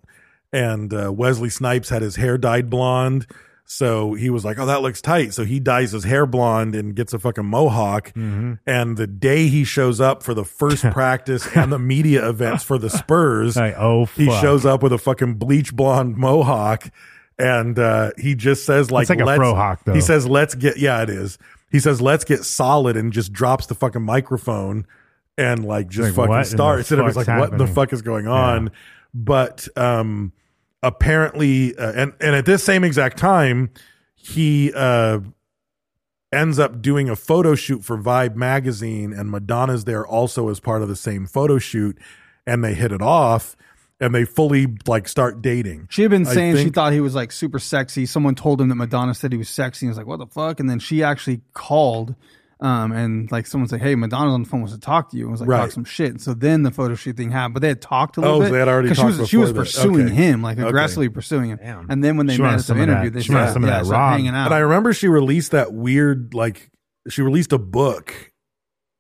and uh, Wesley Snipes had his hair dyed blonde. So he was like, oh, that looks tight. So he dyes his hair blonde and gets a fucking mohawk.
Mm-hmm.
And the day he shows up for the first practice and the media events for the Spurs,
Like, oh,
he
fuck.
shows up with a fucking bleach blonde mohawk. And uh, he just says, like,
It's like a
let's-
fro hawk, though.
He says, let's get, yeah, it is. He says, let's get solid and just drops the fucking microphone and like just
Like, what
fucking
in the
starts. And it was like,
fuck's
what the
happening?
fuck is going on? But um, apparently, uh, and, and at this same exact time, he uh, ends up doing a photo shoot for Vibe magazine, and Madonna's there also as part of the same photo shoot, and they hit it off, and they fully like start dating.
She had been
I
saying she
think-
thought he was like super sexy. Someone told him that Madonna said he was sexy. And he was like, what the fuck? And then she actually called um, and like someone's like, hey, Madonna's on the phone wants to talk to you. And was like,
Right.
talk some shit. And so then the photo shoot thing happened, but they had talked a little
Oh,
bit.
so they had already
'cause she
talked
was, she was
before that.
pursuing
Okay.
him, like
Okay.
aggressively pursuing him. And then when they
She
met
wanted
at the
some of that-
interview, they
she wanted
started-
some of
yeah,
that
started
raw.
hanging out.
And I remember she released that weird like she released a book.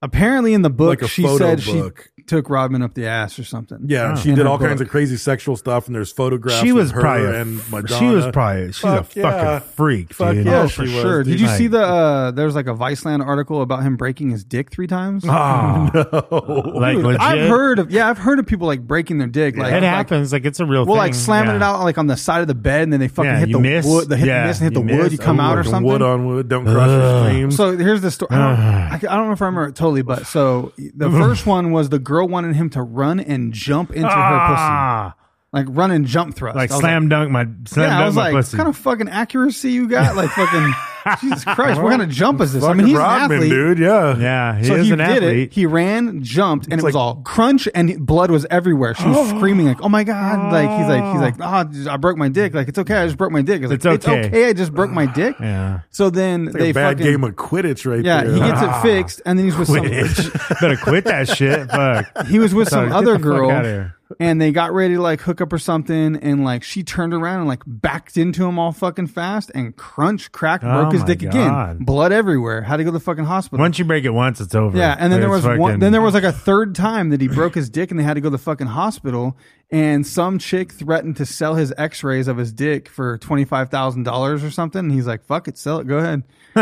Apparently in the book,
Like a
she
photo
said
book.
she took Rodman up the ass or something.
Yeah, and she
In
did
her
all kinds
book.
of crazy sexual stuff, and there's photographs.
She
of
was
her
probably a-
and Madonna.
she was probably- she's a
Fuck yeah.
fucking freak,
Fuck
dude.
yeah,
oh,
she
for
was,
sure.
dude.
Did you
Like-
see the uh, there's like a Viceland article about him breaking his dick three times?
Uh,
Ah, like
Dude,
legit.
I've heard of yeah, I've heard of people like breaking their dick. Like
it
like,
happens. Like it's a real.
Well, like
thing.
slamming
Yeah.
it out like on the side of the bed, and then they fucking
Yeah,
hit
you
the
miss.
wood, the hit
Yeah,
miss and hit
you
the wood.
miss.
You come
Ooh,
out or
like
something.
Wood on wood, don't crush your dreams.
So here's the story. I don't, I, I don't know if I remember it totally, but so the first one was the girl wanted him to run and jump into her
Ah,
pussy, like run and jump thrust,
like
I was
slam dunk my slam
yeah,
dunk
I was
my
like,
pussy.
what kind of fucking accuracy you got? Like fucking Jesus Christ, what kind of jump is this? I mean,
Fucking
he's
Rodman,
an athlete,
dude. Yeah.
Yeah, he
so
is
he
an
did
athlete.
it. He ran, jumped, and
It's
it was
like-
all crunch, and he- blood was everywhere. She was screaming like, "Oh my god!" Like he's like he's like, "Ah,
Oh.
j- I broke my dick." Like it's okay, I just broke my dick. It's,
It's
like,
okay.
it's okay, I just broke my dick.
yeah.
So then
It's like
they
a bad
fucking,
game of Quidditch right
yeah,
there.
he gets it fixed, and then he's with some
Quit. Better quit that shit. Fuck.
he was with
Sorry,
some
get the
other
fuck outta
girl
here.
and they got ready to like hook up or something and like she turned around and like backed into him all fucking fast and crunch cracked
Oh
broke his
my
dick
God.
again blood everywhere had to go to the fucking hospital
Once you break it once, it's over.
yeah and then there was
It's
one
fucking-
then there was like a third time that he broke his dick and they had to go to the fucking hospital and some chick threatened to sell his x-rays of his dick for $25000 or something and he's like fuck it sell it go ahead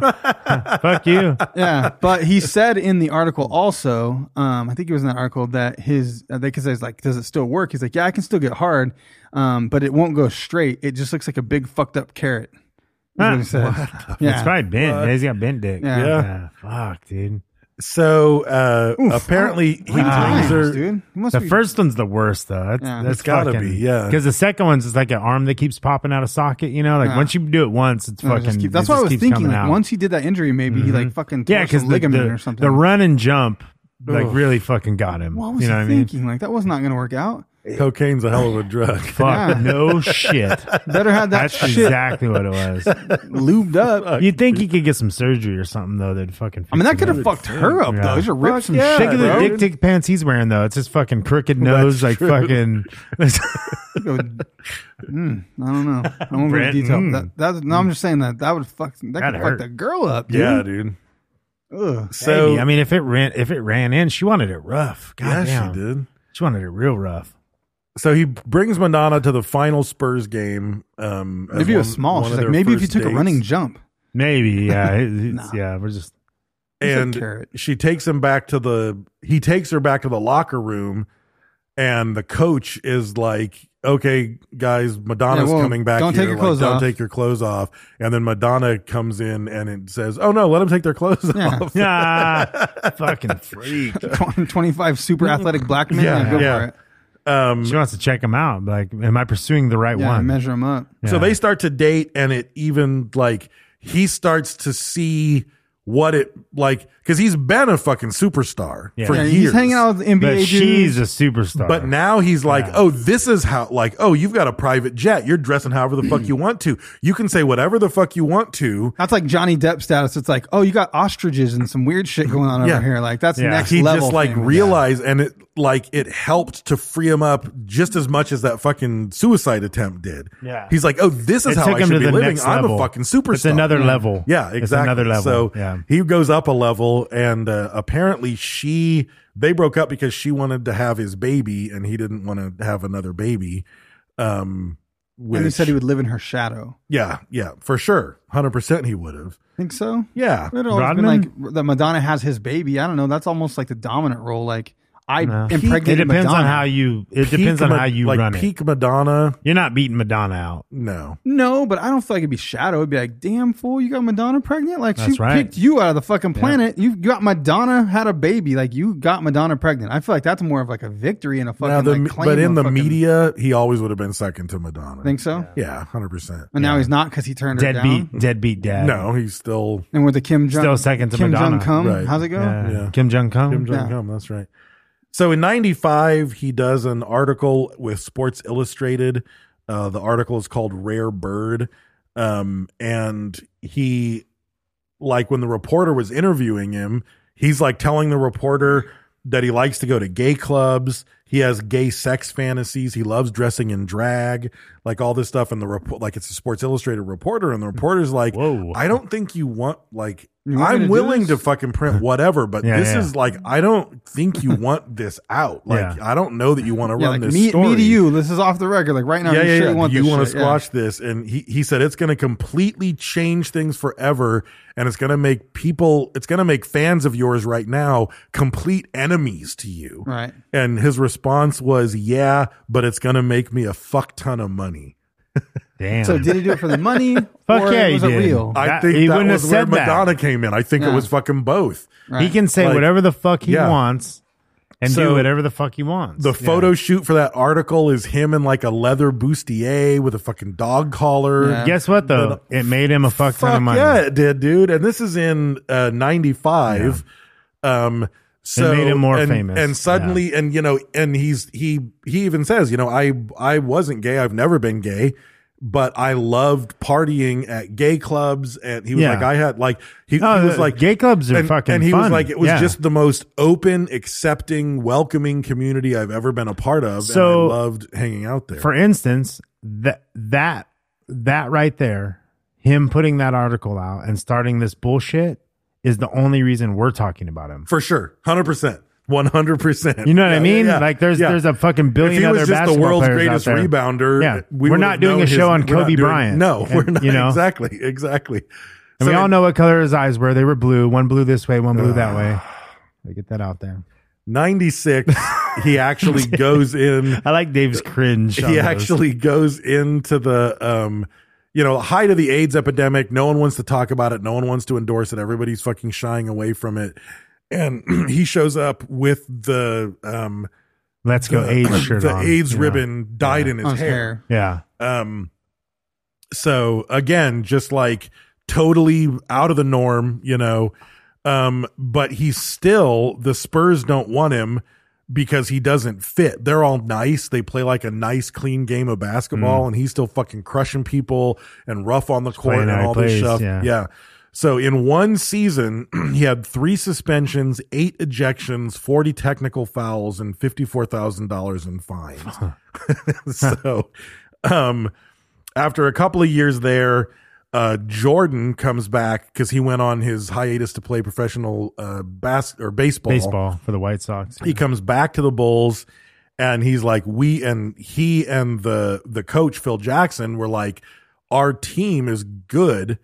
fuck you.
yeah, but he said in the article also, um, I think it was in that article that his uh, they because he's like, does it still work? He's like, yeah, I can still get hard, um, but it won't go straight. It just looks like a big fucked up carrot. is what he said. Yeah,
It's probably bent. He's got bent dick.
Yeah.
Yeah.
Fuck, dude.
So uh, apparently he
Times,
brings her.
dude. He must
The
be-
first one's the worst though. That's,
Yeah.
that's
It's gotta
fucking-
be, yeah.
Because the second one's just like an arm that keeps popping out of socket. You know, like
Yeah.
once you do it once, it's
No, it
fucking.
just keep- that's
it
what
just
I was
keeps
thinking.
coming
Like
out. Mm-hmm.
once he did that injury, maybe he like fucking
yeah,
tore some
because the,
ligament
the,
or something.
the run and jump like
Ugh.
really fucking got him.
What was
you know what
he thinking? Like that was not going to work out.
Cocaine's a hell of a drug.
I mean?
Yeah.
Fuck no shit.
Better had that
That's
shit
exactly what it was.
lubed up.
You'd think he could get some surgery or something though. That fucking.
I mean, that
fix it
could have
up.
fucked her up
Yeah.
though. Those are ripped some
yeah,
shit.
Think of the
bro.
dick tick pants he's wearing though. It's his fucking crooked nose, like
true.
fucking.
Go- Mm, I don't know. I won't go into
Brett,
detail.
mm.
That, that, no, I'm just saying that that would fuck that
That'd
could
hurt.
fuck that girl up. Dude.
yeah, dude.
Ugh.
So
I mean, if it ran, if it ran in, she wanted it rough.
yeah,
God damn.
she did.
She wanted it real rough.
So he brings Madonna to the final Spurs game. Um, as
Maybe it was
one-
small.
one
She's
of
like,
their
maybe if you
first
took a
dates.
running jump.
Maybe, yeah, it- it's- yeah. We're just
He's a
and
carrot.
she takes him back to the he takes her back to the locker room and the coach is like okay guys madonna's
Yeah, well,
coming back
don't
here.
take your
Like,
clothes
don't
off."
take your clothes off and then madonna comes in and it says oh no let them take their clothes
Yeah.
off
ah, fucking freak.
Tw- 25 super athletic black men.
Yeah,
Yeah, go
yeah.
for it.
um
She wants to check him out. Like, am I pursuing the right
Yeah,
one?
measure them up.
So
Yeah.
they start to date, and it even like he starts to see what it like because he's been a fucking superstar
Yeah.
for
Yeah,
years.
he's hanging out with NBA
but
dudes.
she's a superstar.
but now he's like, oh, this is how, like, oh, you've got a private jet. You're dressing however the fuck you want to. You can say whatever the fuck you want to.
that's like Johnny Depp status. It's like, oh, you got ostriches and some weird shit going on
Yeah.
over here. Like that's
Yeah.
next
He
level.
just like
thing.
realized, and it like it helped to free him up just as much as that fucking suicide attempt did.
Yeah.
he's like, oh, this is
it
how
took
I
him
should
to
be
the
living.
next
I'm
level.
a fucking superstar.
It's another level.
Yeah, exactly.
It's another level.
So
yeah,
he goes up a level, and uh, apparently she they broke up because she wanted to have his baby, and he didn't want to have another baby. Um, which,
and he said he would live in her shadow.
yeah, yeah, for sure, hundred percent, he would have.
Think so?
Yeah,
It always
Rodman?
been like that Madonna has his baby. I don't know. That's almost like the dominant role. Like I
No.
impregnated
it depends on
Madonna.
how you. It
Peak
depends on
Ma-
how you
like
run
peak Madonna.
it. You're not beating Madonna out.
No,
No, but I don't feel like it'd be shadow. It'd be like, damn fool, you got Madonna pregnant. Like
That's
she
right.
picked you out of the fucking planet. You got Madonna had a baby. Like you got Madonna pregnant. I feel like that's more of like a victory and a fucking.
now the,
like, claim
but in
of
the
fucking-
media, he always would have been second to Madonna.
think so.
Yeah, hundred percent.
And now he's not because he turned her down.
Deadbeat, deadbeat dad.
No, he's still
And with the Kim Jong,
Still second to
Kim
Madonna.
Jong Cum.
Right.
How's it go?
Yeah.
Yeah.
Kim Jong
Kim
Kim.
Jong Un. That's right. So in '95, he does an article with Sports Illustrated. Uh, the article is called "Rare Bird," um, and he, like, when the reporter was interviewing him, he's like telling the reporter that he likes to go to gay clubs. He has gay sex fantasies. He loves dressing in drag, like all this stuff. And the report, like, it's a Sports Illustrated reporter, and the reporter's like,
Whoa.
I don't think you want like."
You want me to
I'm
do
willing
this?
to fucking print whatever, but
Yeah,
this
yeah.
is like I don't think you want this out. Like
Yeah.
I don't know that you want to
Yeah,
run
like
this
me,
story.
me to you. This is off the record. Like right now,
Yeah,
you
yeah,
sure
yeah.
you want
you
this
want to
shit?
squash this, and he he said it's going to completely change things forever, and it's going to make people, it's going to make fans of yours right now complete enemies to you.
Yeah. Right.
And his response was, "Yeah, but it's going to make me a fuck ton of money."
Damn.
So did he do it for the money?
Fuck
or
yeah, he
was it
did.
real?
I
That-
think
he
that
wouldn't have
was where
said that.
Madonna came in. I think it
Yeah.
was fucking both.
Right.
He can say
Like,
whatever the fuck he
yeah.
wants, and do whatever the fuck he wants.
The photo shoot for that article is him in like a leather bustier with a fucking dog collar.
Yeah. Guess what though? It made him a fuck, ton
Fuck
of money.
yeah, it did, dude. And this is in uh, '95. Um, so
made him more
and,
famous.
And suddenly, and you know, and he's he he even says, you know, I I wasn't gay. I've never been gay. But I loved partying at gay clubs, and he was
Yeah.
like, I had like he,
No,
he was
Oh, the
like
gay clubs are
and,
fucking
And he was
fun.
like, it was
Yeah.
just the most open, accepting, welcoming community I've ever been a part of.
So-
and I loved hanging out there.
For instance, that that that right there, him putting that article out and starting this bullshit is the only reason we're talking about him.
For sure, hundred percent, one hundred percent.
You know what I mean? Like, there's- there's a fucking billion
If he
other
was just the
basketball
world's
players out
greatest
there.
rebounder,
Yeah.
we
We're
would
not
have
doing a
known
show on
we're not
Kobe
doing-
Bryant.
No,
And,
we're not.
you know?
exactly, exactly.
And we
So-
all know what color his eyes were. They were blue. One blew this way, one blew that way. I get that out there.
96 he actually goes in
I like Dave's cringe. on
he
those.
actually goes into the um you know height of the aids epidemic no one wants to talk about it no one wants to endorse it everybody's fucking shying away from it and he shows up with the um
let's go
the-
AIDS shirt
the
on.
aids
you know?
ribbon dyed in his,
On his
hair.
hair.
Yeah.
Um, so again, just like totally out of the norm, you know. Um, but he's still the Spurs don't want him because he doesn't fit. They're all nice. They play like a nice, clean game of
Mm.
basketball, and he's still fucking crushing people and rough on the court
playing
and
how he
all this
plays,
stuff.
yeah.
yeah. So in one season, he had three suspensions, eight ejections, forty technical fouls, and fifty-four thousand dollars in fines. so um after a couple of years there uh jordan comes back because he went on his hiatus to play professional uh bas- or baseball
Baseball for the White Sox.
he comes back to the bulls and he's like we and he and the the coach phil jackson were like our team is good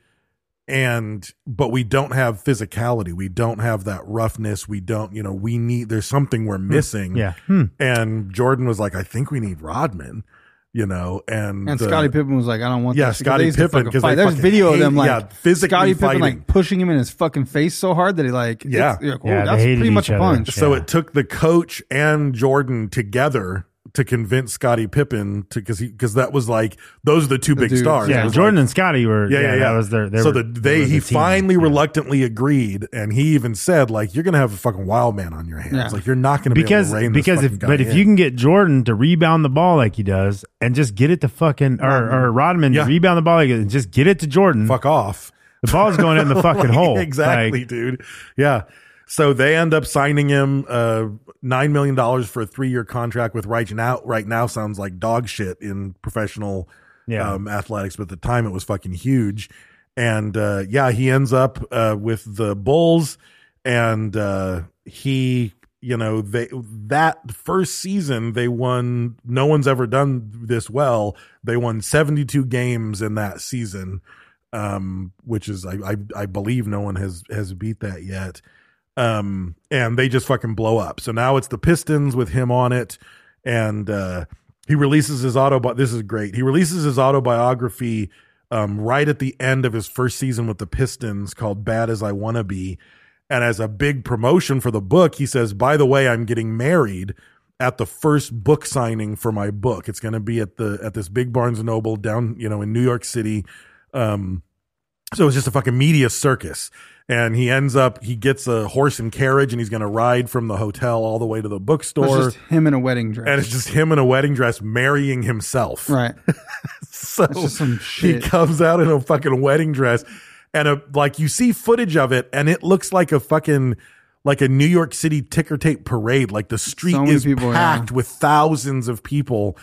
and but we don't have physicality we don't have that roughness we don't you know we need there's something we're missing
Yeah. Hmm.
and jordan was like i think we need rodman you know and uh,
And
the-
Scottie Pippen was like, I don't want
Yeah,
this.
Scottie
they used to
Pippen,
fucking
'cause
fight.
they
There's
fucking
video of
hate-
them like
yeah, physically
Scottie Pippen
fighting.
like pushing him in his fucking face so hard that he like it's-
Yeah.
you're like, oh,
Yeah, they
that's
hated
pretty
each
much a
other.
punch.
So
Yeah.
it took the coach and Jordan together to convince Scottie Pippen to because he because that was like those are the two big
dudes.
stars. It
Yeah,
was
Jordan
like-
and Scotty were. Yeah, That was their. They
so the,
were,
they
were
he
the team.
finally
Yeah.
reluctantly agreed, and he even said like you're gonna have a fucking wild man on your hands.
Yeah.
Like you're not gonna
because
be able to rein this
because if
fucking guy
but if
in.
you can get Jordan to rebound the ball like he does and just get it to fucking or or Rodman
Yeah.
to rebound the ball like and just get it to Jordan.
fuck off.
The ball's going in the fucking
Like,
hole.
Exactly,
Like,
dude. Yeah. So they end up signing him uh nine million dollars for a three year contract with right now right now sounds like dog shit in professional
Yeah.
um athletics, but at the time it was fucking huge. And uh yeah, he ends up uh with the Bulls and uh he you know they that first season they won no one's ever done this well they won 72 games in that season um, which is I, I I believe no one has has beat that yet. Um, and they just fucking blow up. So now it's the Pistons with him on it, and uh, he releases his auto. This is great. He releases his autobiography um, right at the end of his first season with the Pistons, called "Bad as I Wanna Be." And as a big promotion for the book, he says, "By the way, I'm getting married." at the first book signing for my book. It's going to be at the at this big Barnes and Noble down, you know, in New York City. Um so it's just a fucking media circus. And he ends up he gets a horse and carriage and he's going to ride from the hotel all the way to the
It was
bookstore.
just him in a wedding dress.
and it's just him in a wedding dress marrying himself.
right.
So
That's just some
he
shit.
comes out in a fucking wedding dress and a like you see footage of it and it looks like a fucking like a New York City ticker tape parade. Like the street
So many
is
people,
packed
yeah.
with thousands of people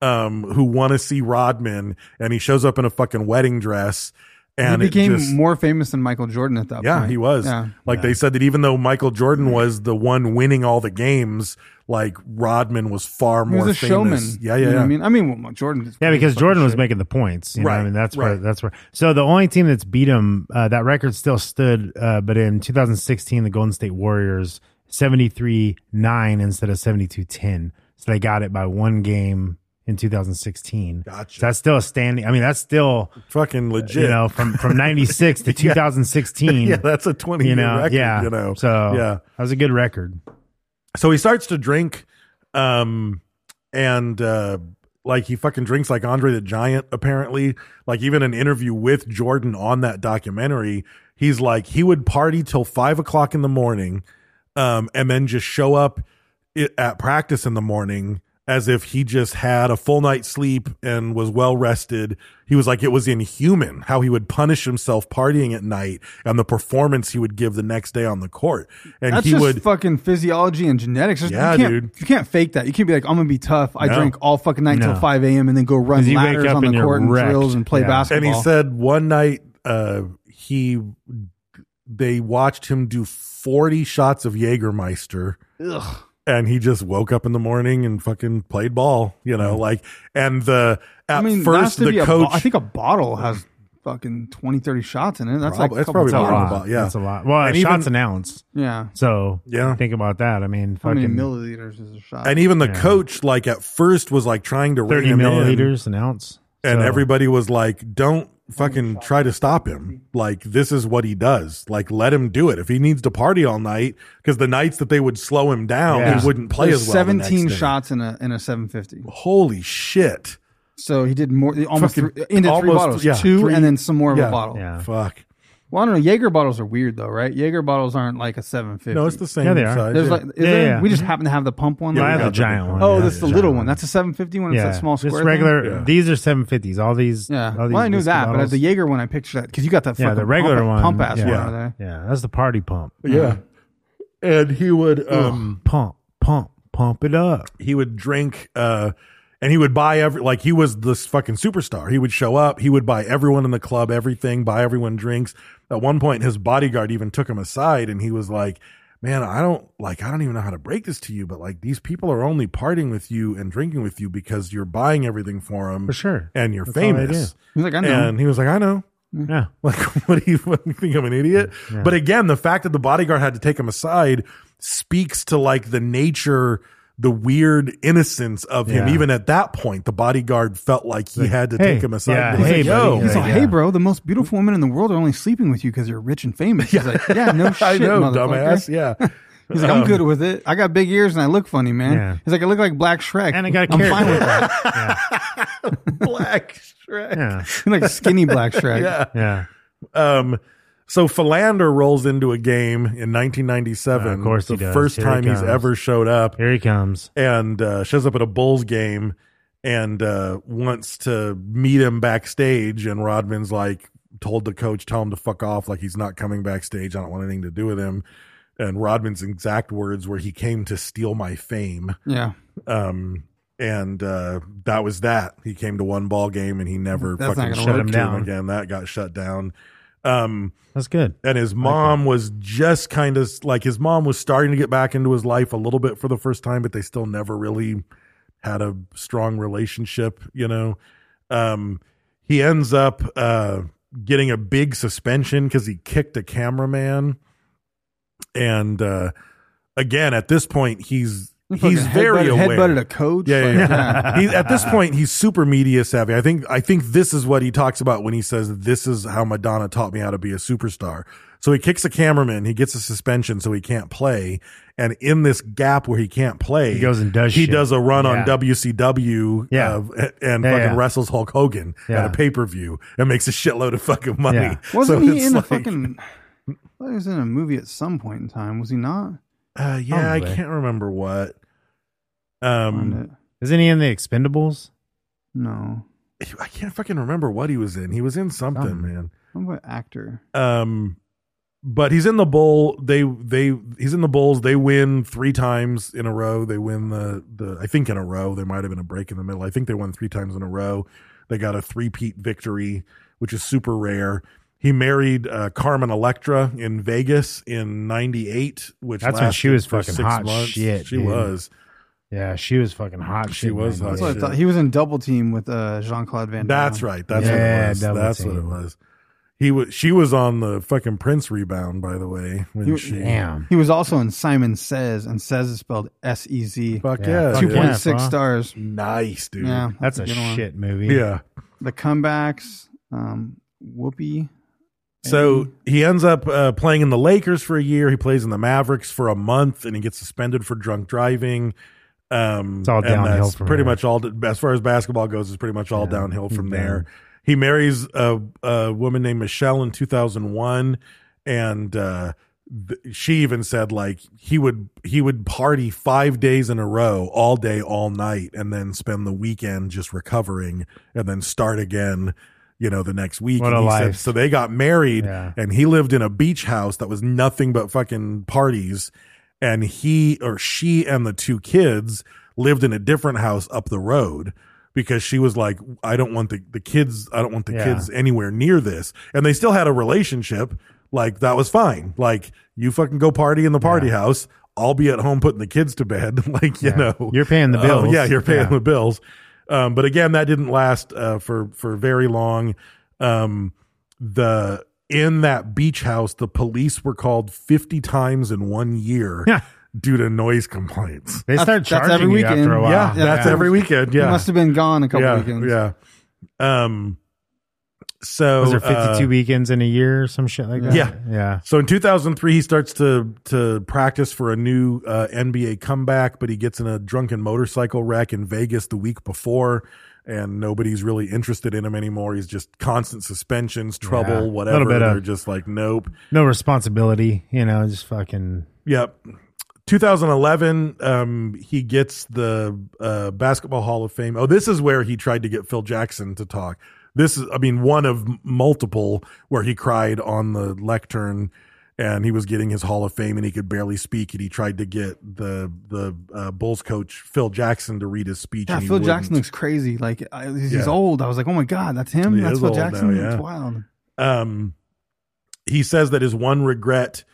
um who want to see Rodman and he shows up in a fucking wedding dress
He
and it
became
just-
more famous than Michael Jordan at that
yeah,
point.
he was.
Yeah.
Like they said that even though Michael Jordan was the one winning all the games, like Rodman was far
He
more
was a
famous.
showman.
Yeah, yeah,
You know
yeah.
what I mean, I mean, well, Jordan. just-
yeah, because Jordan was
Shit.
making the points. You know,
Right,
I mean that's where
right.
that's where. So the only team that's beat him, uh, that record still stood. Uh, but in 2016, the Golden State Warriors 73 nine instead of 72 10. So they got it by one game in 2016.
Gotcha.
So that's still a standing. I mean, that's still
Fucking legit.
you know, from from '96 to
Yeah.
2016.
Yeah, that's a 20
you
year
know,
record,
yeah,
you know.
So
Yeah.
that was a good record.
so he starts to drink um and uh like he fucking drinks like Andre the Giant apparently like even an interview with Jordan on that documentary he's like he would party till five o'clock in the morning um and then just show up i- at practice in the morning as if he just had a full night's sleep and was well rested. He was like, it was inhuman how he would punish himself partying at night and the performance he would give the next day on the court. And
That's
he
just
would
fucking physiology and genetics. There's-
Yeah,
you can't,
dude.
You can't fake that. You can't be like, I'm gonna be tough. I
No.
drink all fucking night
No.
till 5 a.m. and then go run
'Cause you wake
ladders
up
on
and
the
you're
court and
wrecked.
drills and play
Yeah.
basketball.
And he said one night uh, he they watched him do forty shots of Jägermeister.
Ugh.
And he just woke up in the morning and fucking played ball, you know, like and the at
Mm-hmm. I mean,
first
that has to be
the
a bo-
coach
I think a bottle has fucking 20, 30 shots in it. That's like
Prob-
a
that's
couple
probably
bottles.
more than a bottle, yeah.
That's a lot. Well,
And
a shot's
even-
an ounce.
Yeah.
So
Yeah.
think about that. I mean,
How
fucking
many milliliters is a shot?
and even the
Yeah.
coach like at first was like trying to rein
thirty
him in.
milliliters an ounce.
and
So-
everybody was like don't fucking try to stop him like this is what he does like let him do it if he needs to party all night because the nights that they would slow him down
Yeah.
he wouldn't play
There's
as well the next
17
day.
shots in a in a 750.
holy shit
So he did more, almost
Fucking
three, into three
almost-
bottles,
yeah,
two
three-
and then some more of
yeah,
a bottle.
yeah.
fuck
Well, I don't know. Jaeger bottles are weird though, right? Jaeger bottles aren't like a 750.
no it's the same
Yeah, they are.
size
There's
yeah.
like, is
Yeah,
there,
yeah.
we just happen to have the pump one.
Yeah,
I
we
have
got
the
the
giant
big
one.
one.
Oh,
yeah,
that's the
giant
little one. That's a 750 one. It's that small square.
Just
thing?
regular.
Yeah.
These are seven fifties. All these.
Yeah.
all these
Well, I knew
whiskey
that, but
bottles.
the Jaeger one, I pictured that because you got that.
yeah,
fucking
the regular
pump,
one,
pump ass
yeah.
one over there.
Yeah, that's the party pump.
yeah and he would um
Pump, pump, pump it up.
he would drink uh and he would buy every like he was this fucking superstar he would show up he would buy everyone in the club everything buy everyone drinks at one point his bodyguard even took him aside and he was like man i don't like i don't even know how to break this to you but like these people are only partying with you and drinking with you because you're buying everything for them
For sure.
and you're
That's all they
famous
He's like, I know.
and he was like i know
Mm.
Yeah.
like, what do you what do you think? I'm an idiot.
Yeah.
But again, the fact that the bodyguard had to take him aside speaks to like the nature, the weird innocence of him.
Yeah.
Even at that point, the bodyguard felt like he had to
hey,
take him aside.
yeah,
He's like,
hey,
yo,
buddy,
He's like,
Yeah.
hey, bro, the most beautiful women in the world are only sleeping with you because you're rich and famous. He's like, yeah, no shit,
I know,
motherfucker."
dumbass. Yeah.
He's like, I'm good with it. I got big ears and I look funny, man.
Um, Yeah.
He's like, I look like Black Shrek.
And I got a
I'm
carrot.
fine with that.
Black Shrek.
Yeah.
He's like skinny Black Shrek.
Yeah.
Yeah.
Um, so Philander rolls into a game in 1997.
Of course he
the
does.
first
Here he
time he's
comes.
ever showed up.
Here he comes.
and uh, shows up at a Bulls game and uh, wants to meet him backstage. And Rodman's like, told the coach, tell him to fuck off. Like, he's not coming backstage. I don't want anything to do with him. And Rodman's exact words were, he came to steal my fame.
Yeah.
Um, and uh, that was that. He came to one ball game and he never
That's not
fucking
gonna
shut
work.
him
Shut him
down
down.
again. That got shut down. Um,
That's good.
and his mom was just kind of like his mom was starting to get back into his life a little bit for the first time, but they still never really had a strong relationship, you know. Um, he ends up uh, getting a big suspension because he kicked a cameraman, and uh, again, at this point, he's he's
Fucking
very
headbutted,
aware.
Headbutted a coach.
Yeah,
Like,
yeah, yeah. he, at this point, he's super media savvy. I think I think this is what he talks about when he says, "This is how Madonna taught me how to be a superstar." So he kicks a cameraman. He gets a suspension, so he can't play. And in this gap where he can't play,
He goes and does
He
shit.
does a run
Yeah.
on WCW,
Yeah.
uh, and
Yeah,
fucking
yeah.
wrestles Hulk Hogan
Yeah.
at a pay per view and makes a shitload of fucking money.
Yeah.
Wasn't
So
he
it's
in
like-
a fucking? He was in a movie at some point in time. Was he not?
Uh, yeah, I
Probably.
can't remember what.
Find
Um,
it.
Isn't he in the Expendables?
No.
I can't fucking remember what he was in. He was in something.
Something.
man.
What about actor?
um but he's in the bowl they they he's in the bulls they win three times in a row they win the the i think in a row there might have been a break in the middle i think they won three times in a row they got a three-peat victory which is super rare he married uh, Carmen Electra in Vegas in '98, which
That's when she
lasted
was
for
fucking
six
hot
months.
shit,
She
dude.
was.
Yeah, she was fucking hot.
She
shit,
was
man.
hot
That's what I
shit.
thought. He was in Double Team with uh, Jean Claude Van. Damme.
That's right. That's what it
Yeah,
was.
double
That's what it
team.
was. He was. She was on the fucking Prince rebound, by the way. When
You-
she,
Damn.
He was also in Simon Says, and Says is spelled S E Z.
Fuck yeah,
Yeah,
Two
fuck
dude.
point six
bro.
stars.
Nice, dude.
Yeah,
That's a
good one.
shit movie.
Yeah.
The comebacks. Um, Whoopi.
So he ends up uh, playing in the Lakers for a year. He plays in the Mavericks for a month, and he gets suspended for drunk driving. Um,
It's all
and
downhill
that's
from
pretty
there.
much all. As far as basketball goes, it's pretty much all downhill from there. He marries a, a woman named Michelle in 2001, and uh, th- she even said like he would he would party five days in a row, all day, all night, and then spend the weekend just recovering, and then start again. You know, the next week.
What
And
a
he said-
life.
so they got married
Yeah.
and he lived in a beach house that was nothing but fucking parties and he or she and the two kids lived in a different house up the road because she was like I don't want the the kids I don't want the
Yeah.
kids anywhere near this and they still had a relationship like that was fine like you fucking go party in the party house I'll be at home putting the kids to bed like you
Yeah.
know
You're paying the
Oh,
bills.
yeah you're paying
Yeah.
the bills um, but again that didn't last uh, for for very long um, the in that beach house, the police were called 50 times in one year
Yeah.
due to noise complaints.
They start
That's- that's
charging
every
you after
weekend.
a while.
Yeah, that's
Yeah.
every weekend.
He
Yeah,
must have been gone a couple
yeah,
weekends.
Yeah. Um. So
Was there
uh,
52 weekends in a year or some shit like that?
Yeah.
Yeah.
So in 2003, he starts to to practice for a new uh, NBA comeback, but he gets in a drunken motorcycle wreck in Vegas the week before, and nobody's really interested in him anymore. He's just constant suspensions, trouble,
Yeah. Little
whatever.
bit of-
They're just like, nope.
No responsibility, you know, just fucking.
Yep. 2011, um, he gets the uh, Basketball Hall of Fame. Oh, this is where he tried to get Phil Jackson to talk. This is, I mean, one of m- multiple where he cried on the lectern, and he was getting his Hall of Fame, and he could barely speak. And he tried to get the the uh, Bulls coach Phil Jackson to read his speech.
Yeah,
and he
Phil Jackson
wouldn't.
looks crazy. Like I, he's
Yeah.
old. I was like, oh my god, that's him.
He
that's
is
Phil
old now,
Jackson.
yeah.
That's wild.
um, he says that his one regret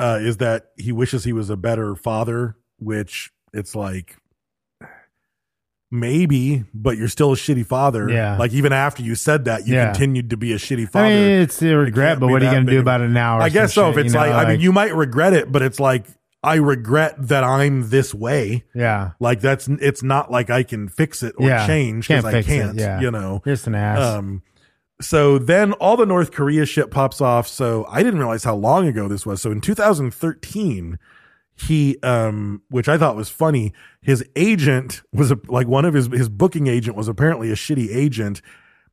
uh, is that he wishes he was a better father, which it's like maybe, but you're still a shitty father.
Yeah.
Like even after you said that, you
Yeah.
continued to be a shitty father.
I mean, it's a regret,
can't
but
be
what are you
that
going to
big
do
of-
about it now? or
I guess
some
so.
shit,
if it's
you know,
like, I mean, you might regret it, but it's like I regret that I'm this way.
Yeah.
Like that's it's not like I can fix it or
yeah.
change because I
fix it,
can't. You know.
Just an ass.
Um, so then all the North Korea shit pops off. So I didn't realize how long ago this was. So in 2013, he, um, which I thought was funny, his agent was a, like one of his his booking agent was apparently a shitty agent,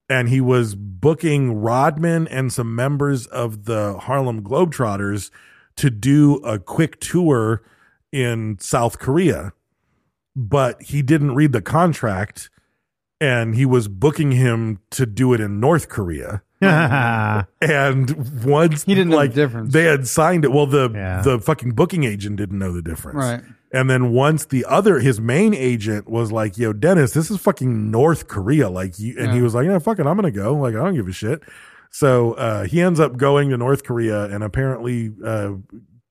and he was booking Rodman and some members of the Harlem Globetrotters to do a quick tour in South Korea, but he didn't read the contract and he was booking him to do it in North Korea. And once
He didn't know the
like
difference.
they had signed it. Well, the
Yeah.
the fucking booking agent didn't know the difference,
Right.
And then once the other his main agent was like, "Yo, Dennis, this is fucking North Korea," like, you, and he
Yeah.
was like, "Yeah, fuck it, I'm gonna go." Like, I don't give a shit. So uh, he ends up going to North Korea, and apparently uh,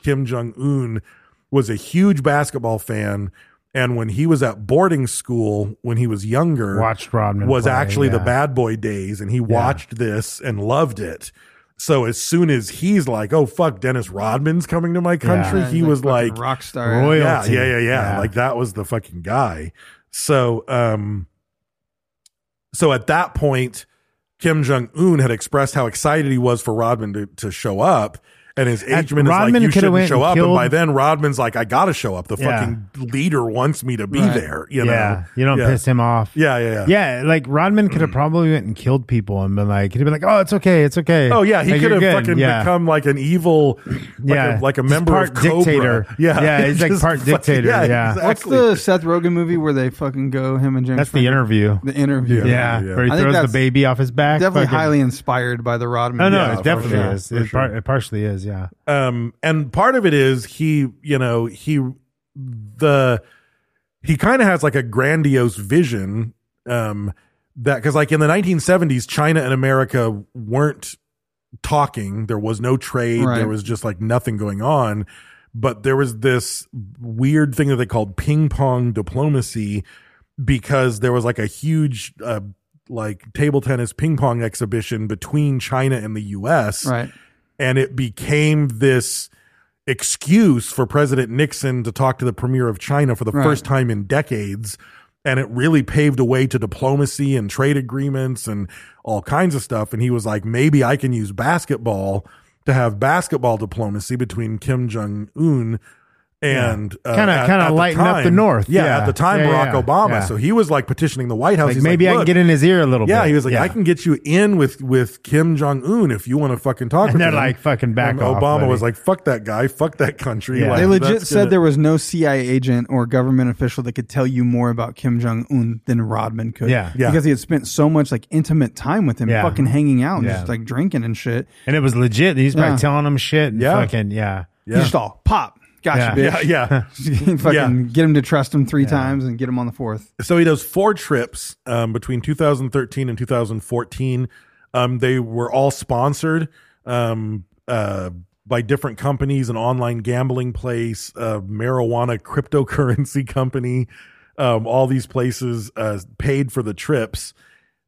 Kim Jong Un was a huge basketball fan. And when he was at boarding school when he was younger,
Watched Rodman
was
play,
actually the
yeah.
bad boy days, and he watched this and loved it. So as soon as he's like, "Oh fuck, Dennis Rodman's coming to my country,"
Yeah,
he
he's
was
fucking
like,
rock star.
Roy-
yeah,
Loyalty.
yeah, yeah, yeah,
Yeah.
Like that was the fucking guy. So, um, so at that point, Kim Jong Un had expressed how excited he was for Rodman to, to show up, and his
And
agent is
Rodman
like, "You
coulda
shouldn't
went
show
and
up." And
killed-
by then, Rodman's like, "I gotta show up. The
Yeah.
fucking leader wants me to be
Right.
there." You know?
yeah. You don't
Yeah.
piss him off.
Yeah, yeah, yeah.
Yeah, like Rodman
Mm.
could have probably went and killed people and been like, he'd have been like, oh, it's okay, it's okay.
Oh yeah, he
Like,
could have
you're good.
fucking
Yeah.
become like an evil, like a, like a
He's
member
part
of Cobra.
dictator.
Yeah,
yeah, he's like
Just
part
fucking-
dictator. Yeah,
exactly.
What's the Seth Rogen movie where they fucking go him and James?
that's the
Franco-
interview.
The interview.
Yeah.
yeah,
yeah.
where he
I think
throws the
that's
baby off his back.
Definitely
Fucking-
highly inspired by the Rodman.
No, no,
Yeah,
it
for
definitely
sure,
is.
for
It, par-
sure.
it partially is. Yeah,
um and part of it is he you know he the he kind of has like a grandiose vision um that because like in the 1970s china and america weren't talking there was no trade
Right.
there was just like nothing going on but there was this weird thing that they called ping pong diplomacy because there was like a huge uh, like table tennis ping pong exhibition between china and the us
Right.
and it became this excuse for President Nixon to talk to the premier of China for the
Right.
first time in decades. and it really paved a way to diplomacy and trade agreements and all kinds of stuff. And he was like, maybe I can use basketball to have basketball diplomacy between Kim Jong Un and uh,
Kinda-
at-
kinda
at
lighten up the
time-
North.
Yeah,
Yeah.
at the time,
Yeah,
Barack
yeah,
Obama.
yeah.
So he was like petitioning the White House.
Like
He's
maybe I can
"Look."
get in his ear a little
Yeah,
bit.
he was like, I can get you in with with Kim Jong Un if you want to fucking talk.
And
with
they're
him."
like, "Fucking back
And
off,
Obama
buddy.
was like, "Fuck that guy, fuck that country."
Yeah.
Like,
They legit
that's
said
gonna-
there was no CIA agent or government official that could tell you more about Kim Jong Un than Rodman could.
Yeah. Yeah.
because he had spent so much like intimate time with him,
Yeah.
fucking hanging out and
Yeah.
just like drinking and shit.
and it was legit. He's probably
Yeah.
telling him shit. And
Yeah.
fucking yeah.
He's Just all pop, gotcha,
Yeah.
yeah,
bitch.
yeah.
fucking get him to trust him three times and get him on the fourth.
so he does four trips um, between 2013 and 2014. Um, they were all sponsored um, uh, by different companies, an online gambling place, a marijuana cryptocurrency company. Um, all these places uh, paid for the trips,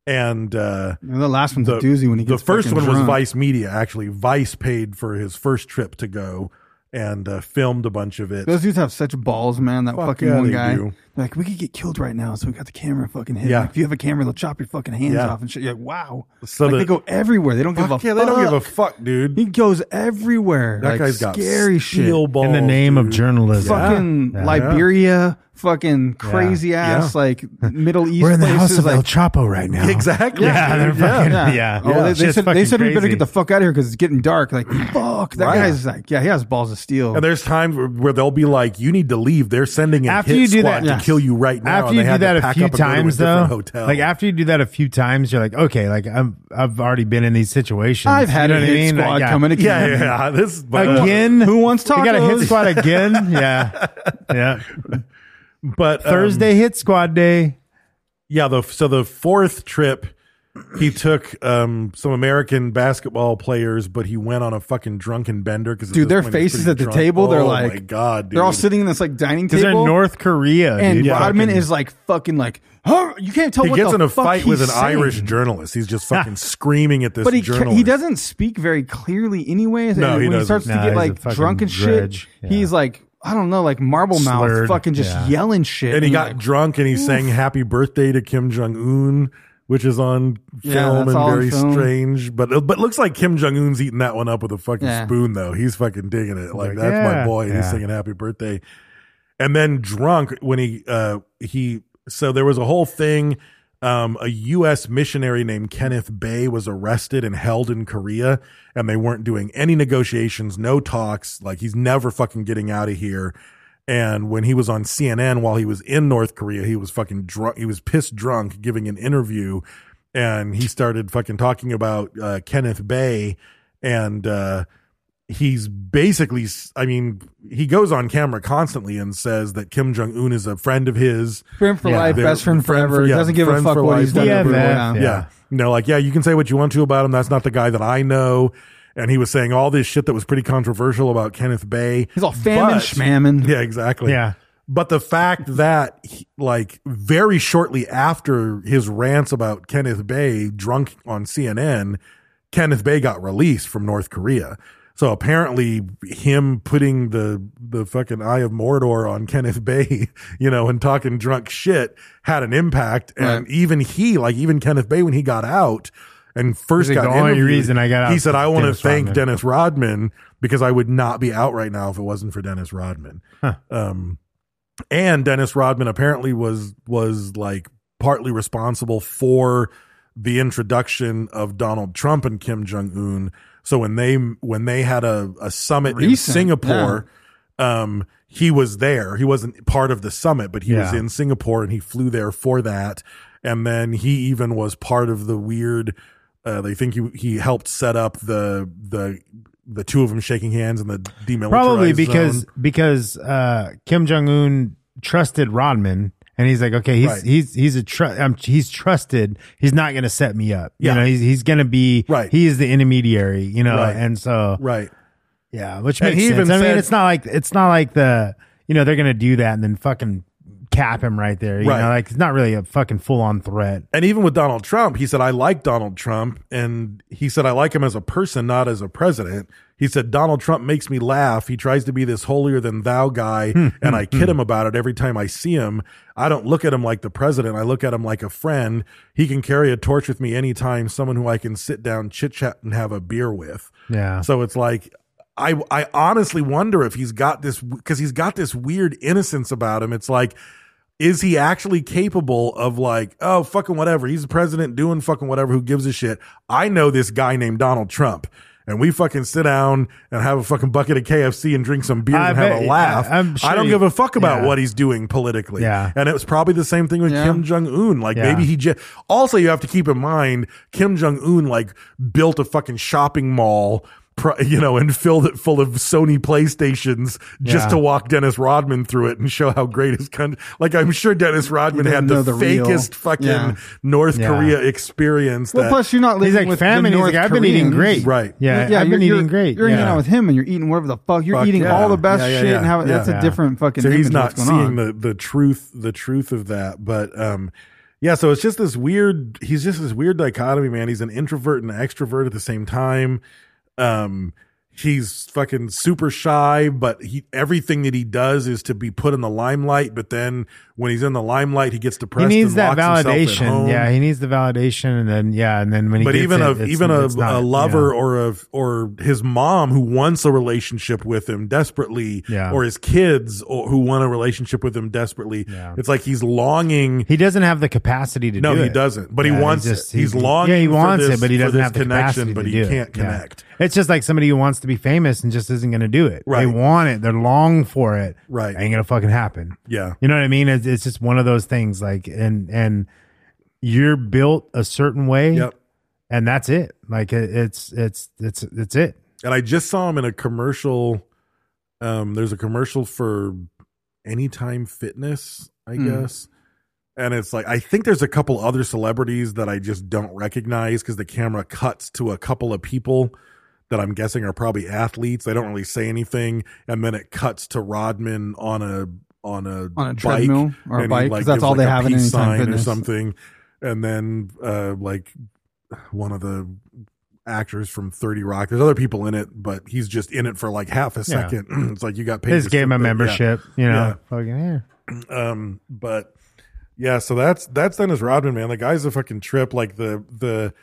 and uh,
And the last one's a doozy when he gets
the first
fucking
one was
drunk.
Vice Media. Actually, Vice paid for his first trip to go and uh, filmed a bunch of it.
Those dudes have such balls, man. That
Fuck
fucking
yeah,
one
they
guy.
do.
They're Like, we could get killed right now, so we got the camera fucking hit.
Yeah.
Like, if you have a camera, they'll chop your fucking hands
Yeah.
off and shit. You're like, wow.
So
like,
the-
they go everywhere. They don't give a
Fuck yeah,
fuck.
they don't give a fuck, dude.
He goes everywhere.
That
like,
guy's got
scary
steel
shit.
balls
In the name of
dude.
journalism.
Fucking
Yeah.
Liberia, fucking crazy ass,
Yeah.
like Middle East.
We're in the house
places,
of
like,
El Chapo right now.
Exactly.
Yeah, they're
dude. Yeah.
fucking yeah.
Oh, they- they,
Shit's
said, they
fucking
said we better
crazy.
get the fuck out of here because it's getting dark. Like, fuck. That
Right.
guy's like, yeah, he has balls of steel.
And there's times where, where they'll be like, "You need to leave." They're sending a
after
hit
you do
squad
that
to
yeah.
kill you right now.
After
and
you
they
do
had to
that a
pack
few
up and go to
times, though,
different hotel.
like after you do that a few times, you're like, okay, like I'm, I've already been in these situations.
I've had
you
a
what
hit squad
Like, yeah.
coming to kill
yeah,
me.
yeah, yeah, this but, uh,
again.
Who wants
You got a hit
tacos?
squad again? yeah, yeah.
Um, but um,
Thursday hit squad day.
yeah. The so the fourth trip, he took um, some American basketball players, but he went on a fucking drunken bender because
dude, their faces at the table, they're
oh,
like,
my god, dude.
they're all sitting in this like dining
Because
table.
they're in North Korea,
and
dude.
Rodman
fucking-
is like fucking like, huh? You can't tell.
He
what
gets
the
in a
fuck
fight with an
he's saying.
Irish journalist. He's just fucking screaming at this
But he ca-
journalist.
he doesn't speak very clearly, anyways.
No,
and
he
when he
doesn't.
starts
Nah,
to get
he's a
like
fucking
drunk and
drudge.
shit,
Yeah.
he's like, I don't know, like marble
Slurred.
mouth, fucking just
Yeah.
yelling shit.
and he
you're
got
like,
drunk and he sang happy birthday to kim jong-un which is on
Yeah,
film
that's all
and
on
very
film.
strange but but looks like kim jong-un's eating that one up with a fucking
Yeah.
spoon though he's fucking digging it like
Like,
that's my
yeah.
boy he's
Yeah.
singing happy birthday and then drunk when he uh he so there was a whole thing um a US missionary named Kenneth Bay was arrested and held in Korea and they weren't doing any negotiations no talks like he's never fucking getting out of here and when he was on CNN while he was in North Korea he was fucking drunk he was pissed drunk giving an interview and he started fucking talking about uh Kenneth Bay and uh he's basically i mean he goes on camera constantly and says that kim jong-un is a friend of his
friend for
Yeah,
life,
they're-
best friend,
friend for-
forever.
yeah,
Doesn't give a
friend
fuck
for
what
life.
he's done.
Yeah,
to everyone.
man.
yeah.
Yeah.
you know like yeah you can say what you want to about him that's not the guy that i know and he was saying all this shit that was pretty controversial about kenneth bay
He's all famine
But-
schmamming.
yeah exactly
Yeah.
but the fact that he- like very shortly after his rants about kenneth bay drunk on cnn Kenneth Bay got released from North Korea. So apparently, him putting the the fucking Eye of Mordor on Kenneth Bay, you know, and talking drunk shit had an impact. And
Right.
even he, like even Kenneth Bay, when he got out and first
He's like,
got
"The only
interviewed,
reason I got out
he
was
said, "I want to
Dennis
thank
Rodman."
Dennis Rodman because I would not be out right now if it wasn't for Dennis Rodman." Um, and Dennis Rodman apparently was was like partly responsible for the introduction of Donald Trump and Kim Jong Un. So when they when they had a, a summit in
Recent,
Singapore, um, he was there. He wasn't part of the summit, but he was
Yeah.
in Singapore and he flew there for that. And then he even was part of the weird. Uh, they think he he helped set up the the the two of them shaking hands in the demilitarized
probably because
zone.
because uh, Kim Jong Un trusted Rodman, and he's like, okay, he's
Right.
he's he's a tr- um, he's trusted. He's not going to set me up.
Yeah.
You know, he's he's going to be
Right.
He is the intermediary. You know,
Right.
and so
right.
yeah, which
And
makes
he
sense.
even
I mean,
said-
it's not like it's not like the you know they're going to do that and then fucking cap him right there. You
Right.
know, like it's not really a fucking full on threat.
And even with Donald Trump, he said, I like Donald Trump. And he said, I like him as a person, not as a president. He said, Donald Trump makes me laugh. He tries to be this holier than thou guy, and I kid him about it every time I see him. I don't look at him like the president. I look at him like a friend. He can carry a torch with me anytime, someone who I can sit down, chit chat, and have a beer with.
Yeah.
So it's like, I, I honestly wonder if he's got this, because he's got this weird innocence about him. It's like, is he actually capable of like, oh, fucking whatever. He's the president doing fucking whatever. Who gives a shit? I know this guy named Donald Trump. And we fucking sit down and have a fucking bucket of KFC and drink some beer
I
and have
bet-
a laugh.
I- I'm sure
I don't
he-
give a fuck about
yeah.
what he's doing politically.
Yeah.
And it was probably the same thing with
Yeah.
Kim Jong Un. Like
Yeah.
maybe he just, also you have to keep in mind, Kim Jong Un like built a fucking shopping mall. pro- You know, and filled it full of Sony PlayStations just
Yeah.
to walk Dennis Rodman through it and show how great his country. Like I'm sure Dennis Rodman
You don't
had the,
know the real-
fakest fucking
Yeah.
North
Yeah.
Korea experience.
Well,
that,
plus you're not
He's like
living with
famine.
The
He's
North
like, I've been eating
Koreans.
great.
Right.
Yeah. I've
you're-
been
you're-
eating great.
You're
yeah.
hanging out with him, and you're eating whatever the fuck you're
Fuck
eating.
yeah.
All the best
Yeah, yeah,
shit,
yeah.
and how that's
Yeah.
a different fucking.
so he's
image
not
of what's
seeing
going on.
the the truth the truth of that but um yeah so it's just this weird he's just this weird dichotomy man he's an introvert and an extrovert at the same time um he's fucking super shy but he everything that he does is to be put in the limelight but then when he's in the limelight he gets
he
depressed
needs
and
that
locks himself at
validation.
home.
Yeah, he needs the validation, and then yeah, and then when he
but
gets
even
it,
a
it's-
even a,
it's not,
a lover
yeah.
or a or his mom who wants a relationship with him desperately,
Yeah.
or his kids or, who want a relationship with him desperately.
Yeah.
It's like he's longing.
he doesn't have the capacity to.
No,
do
he
it.
doesn't, but he wants it. He's longing
Yeah, he
for
wants
this-
it, but he
for
doesn't
this
have the
connection,
capacity
but
to
he
do it.
can't
Yeah.
connect.
It's just like somebody who wants to be famous and just isn't going to do it.
Right.
They want it. They're long for it.
Right.
Ain't gonna fucking happen.
Yeah.
You know what I mean? It's, it's just one of those things. Like, and and you're built a certain way.
Yep.
And that's it. Like it, it's it's it's it's it.
And I just saw him in a commercial. Um, there's a commercial for Anytime Fitness, I
Hmm.
guess. And it's like I think there's a couple other celebrities that I just don't recognize because the camera cuts to a couple of people that I'm guessing are probably athletes. They don't really say anything, and then it cuts to Rodman on a on a
On a
bike,
treadmill or a
and he,
bike, 'cause
like,
that's
gives,
all
like,
they
a
have in
peace
Anytime
sign or
Fitness.
something. And then uh, like one of the actors from 30 Rock. There's other people in it, but he's just in it for like half a
Yeah.
second. it's like you got paid.
They
to
just gave him a
sit there. Yeah.
membership. You know.
Yeah.
Fucking yeah.
Um, but yeah, so that's that's Dennis Rodman, man. The guy's a fucking trip. Like the the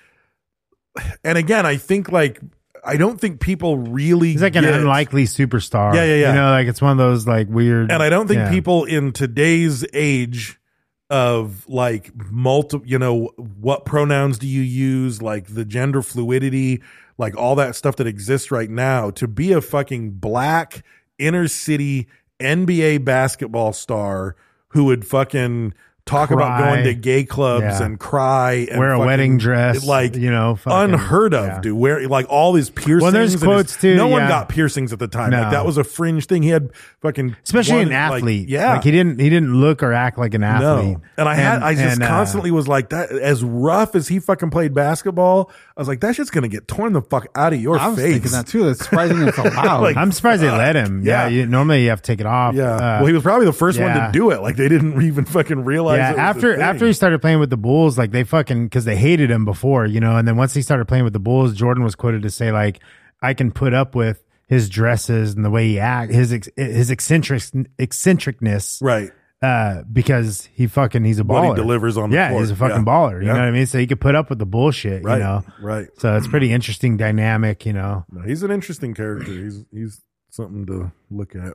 and again, I think like I don't think people really
He's like an
get-
unlikely superstar.
Yeah, yeah, yeah.
You know, like it's one of those like weird.
and I don't think
yeah.
people in today's age of like multi you know what pronouns do you use like the gender fluidity like all that stuff that exists right now to be a fucking black inner city NBA basketball star who would fucking talk about
Cry.
going to gay clubs
Yeah.
and cry and
Wear a
fucking-
wedding dress,
like
you know, fucking-
unheard of
yeah.
dude where like all these piercings
there's
and his-
quotes, too,
no one
yeah.
got piercings at the time like
No.
that was a fringe thing he had fucking
especially
one-
an athlete.
like, yeah
like he didn't he didn't look or act like an athlete.
no. And I had I just
and, uh,
constantly was like that as rough as he fucking played basketball, I was like, that shit's gonna get torn the fuck out of your
I was
face.
thinking that too. That's surprising. It's allowed.
Like,
I'm surprised they let him. Yeah,
Uh, yeah.
you, normally you have to take it off.
yeah.
Uh,
well he was probably the first one to
yeah.
do it. Like they didn't even fucking realize
yeah,
it was a
after
thing.
after he started playing with the Bulls, like they fucking because they hated him before, you know. And then once he started playing with the Bulls, Jordan was quoted to say like, "I can put up with his dresses and the way he act, his ex- his eccentric eccentricness,
Right.
uh, because he fucking he's a
What he
baller.
delivers on the
yeah,
court.
he's a fucking
Yeah.
baller. You
Yeah.
know what I mean? So he could put up with the bullshit.
Right.
You know,
Right.
So it's pretty interesting dynamic. You know,
No, he's an interesting character. He's he's something to look at.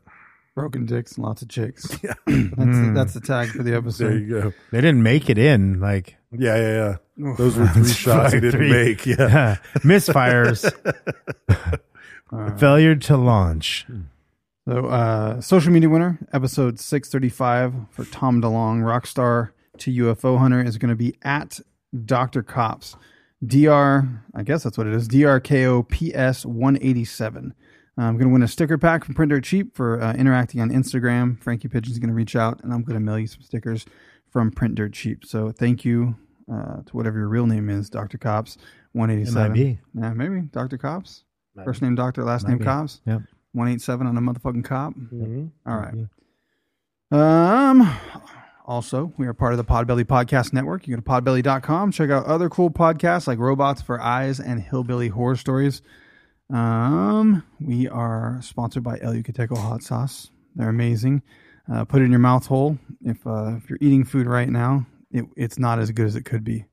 Broken dicks and lots of chicks. Yeah. that's, that's the tag for the
Hmm. There
episode.
you go.
they didn't make it in like
Yeah, yeah, yeah. Those were three shots he
Like
didn't
three-
make. Yeah.
misfires,
Uh-huh.
failure to launch.
So, uh, social media winner, episode 635 for Tom DeLong, rock star to UFO hunter, is going to be at Dr. Cops. DR, I guess that's what it is, DRKOPS 187. Uh, I'm going to win a sticker pack from Printer Cheap for uh, interacting on Instagram. Frankie Pigeon's going to reach out and I'm going to mail you some stickers from Print Dirt Cheap. So thank you uh, to whatever your real name is, Dr. Cops 187.
It might be.
Yeah, maybe. Dr. Cops. First name Doctor, last name
be.
Cops.
Yep.
187 on a motherfucking cop. All right. Um, also, we are part of the Podbelly Podcast Network. You go to podbelly.com, check out other cool podcasts like Robots for Eyes and Hillbilly Horror Stories. Um, we are sponsored by El Yucateco hot sauce. They're amazing. Uh, put it in your mouth hole. If uh, if you're eating food right now, it, it's not as good as it could be.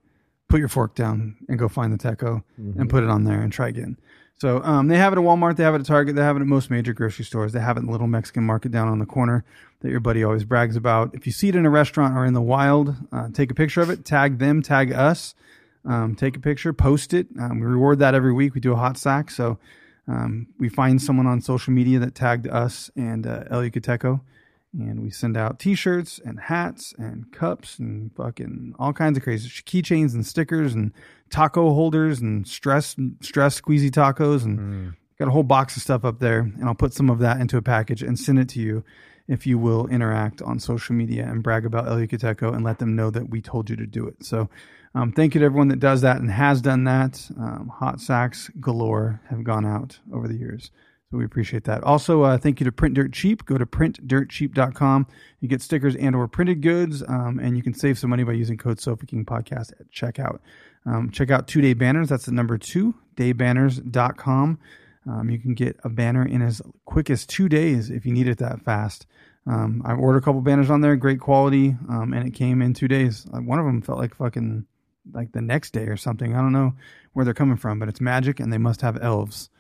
Put your fork down and go find the teco and put it on there and try again. So um, they have it at Walmart. They have it at Target. They have it at most major grocery stores. They have it in the little Mexican market down on the corner that your buddy always brags about. If you see it in a restaurant or in the wild, uh, take a picture of it. Tag them. Tag us. Um, take a picture. Post it. Um, we reward that every week. We do a hot sack. So um, we find someone on social media that tagged us and uh, El Yucateco, and we send out T-shirts and hats and cups and fucking all kinds of crazy sh- keychains and stickers and taco holders and stress stress squeezy tacos and got a whole box of stuff up there. And I'll put some of that into a package and send it to you if you will interact on social media and brag about El Yucateco and let them know that we told you to do it. So. Um, thank you to everyone that does that and has done that. Um, hot sacks galore have gone out over the years. So we appreciate that. Also, uh, thank you to Print Dirt Cheap. Go to printdirtcheap.com. You get stickers and or printed goods, um, and you can save some money by using code Sofa King Podcast at checkout. Um, check out two day banners. That's the number two, daybanners.com. Um, you can get a banner in as quick as two days if you need it that fast. Um, I ordered a couple banners on there, great quality, um, and it came in two days. Uh, One of them felt like fucking like the next day or something. I don't know where they're coming from, but it's magic and they must have elves,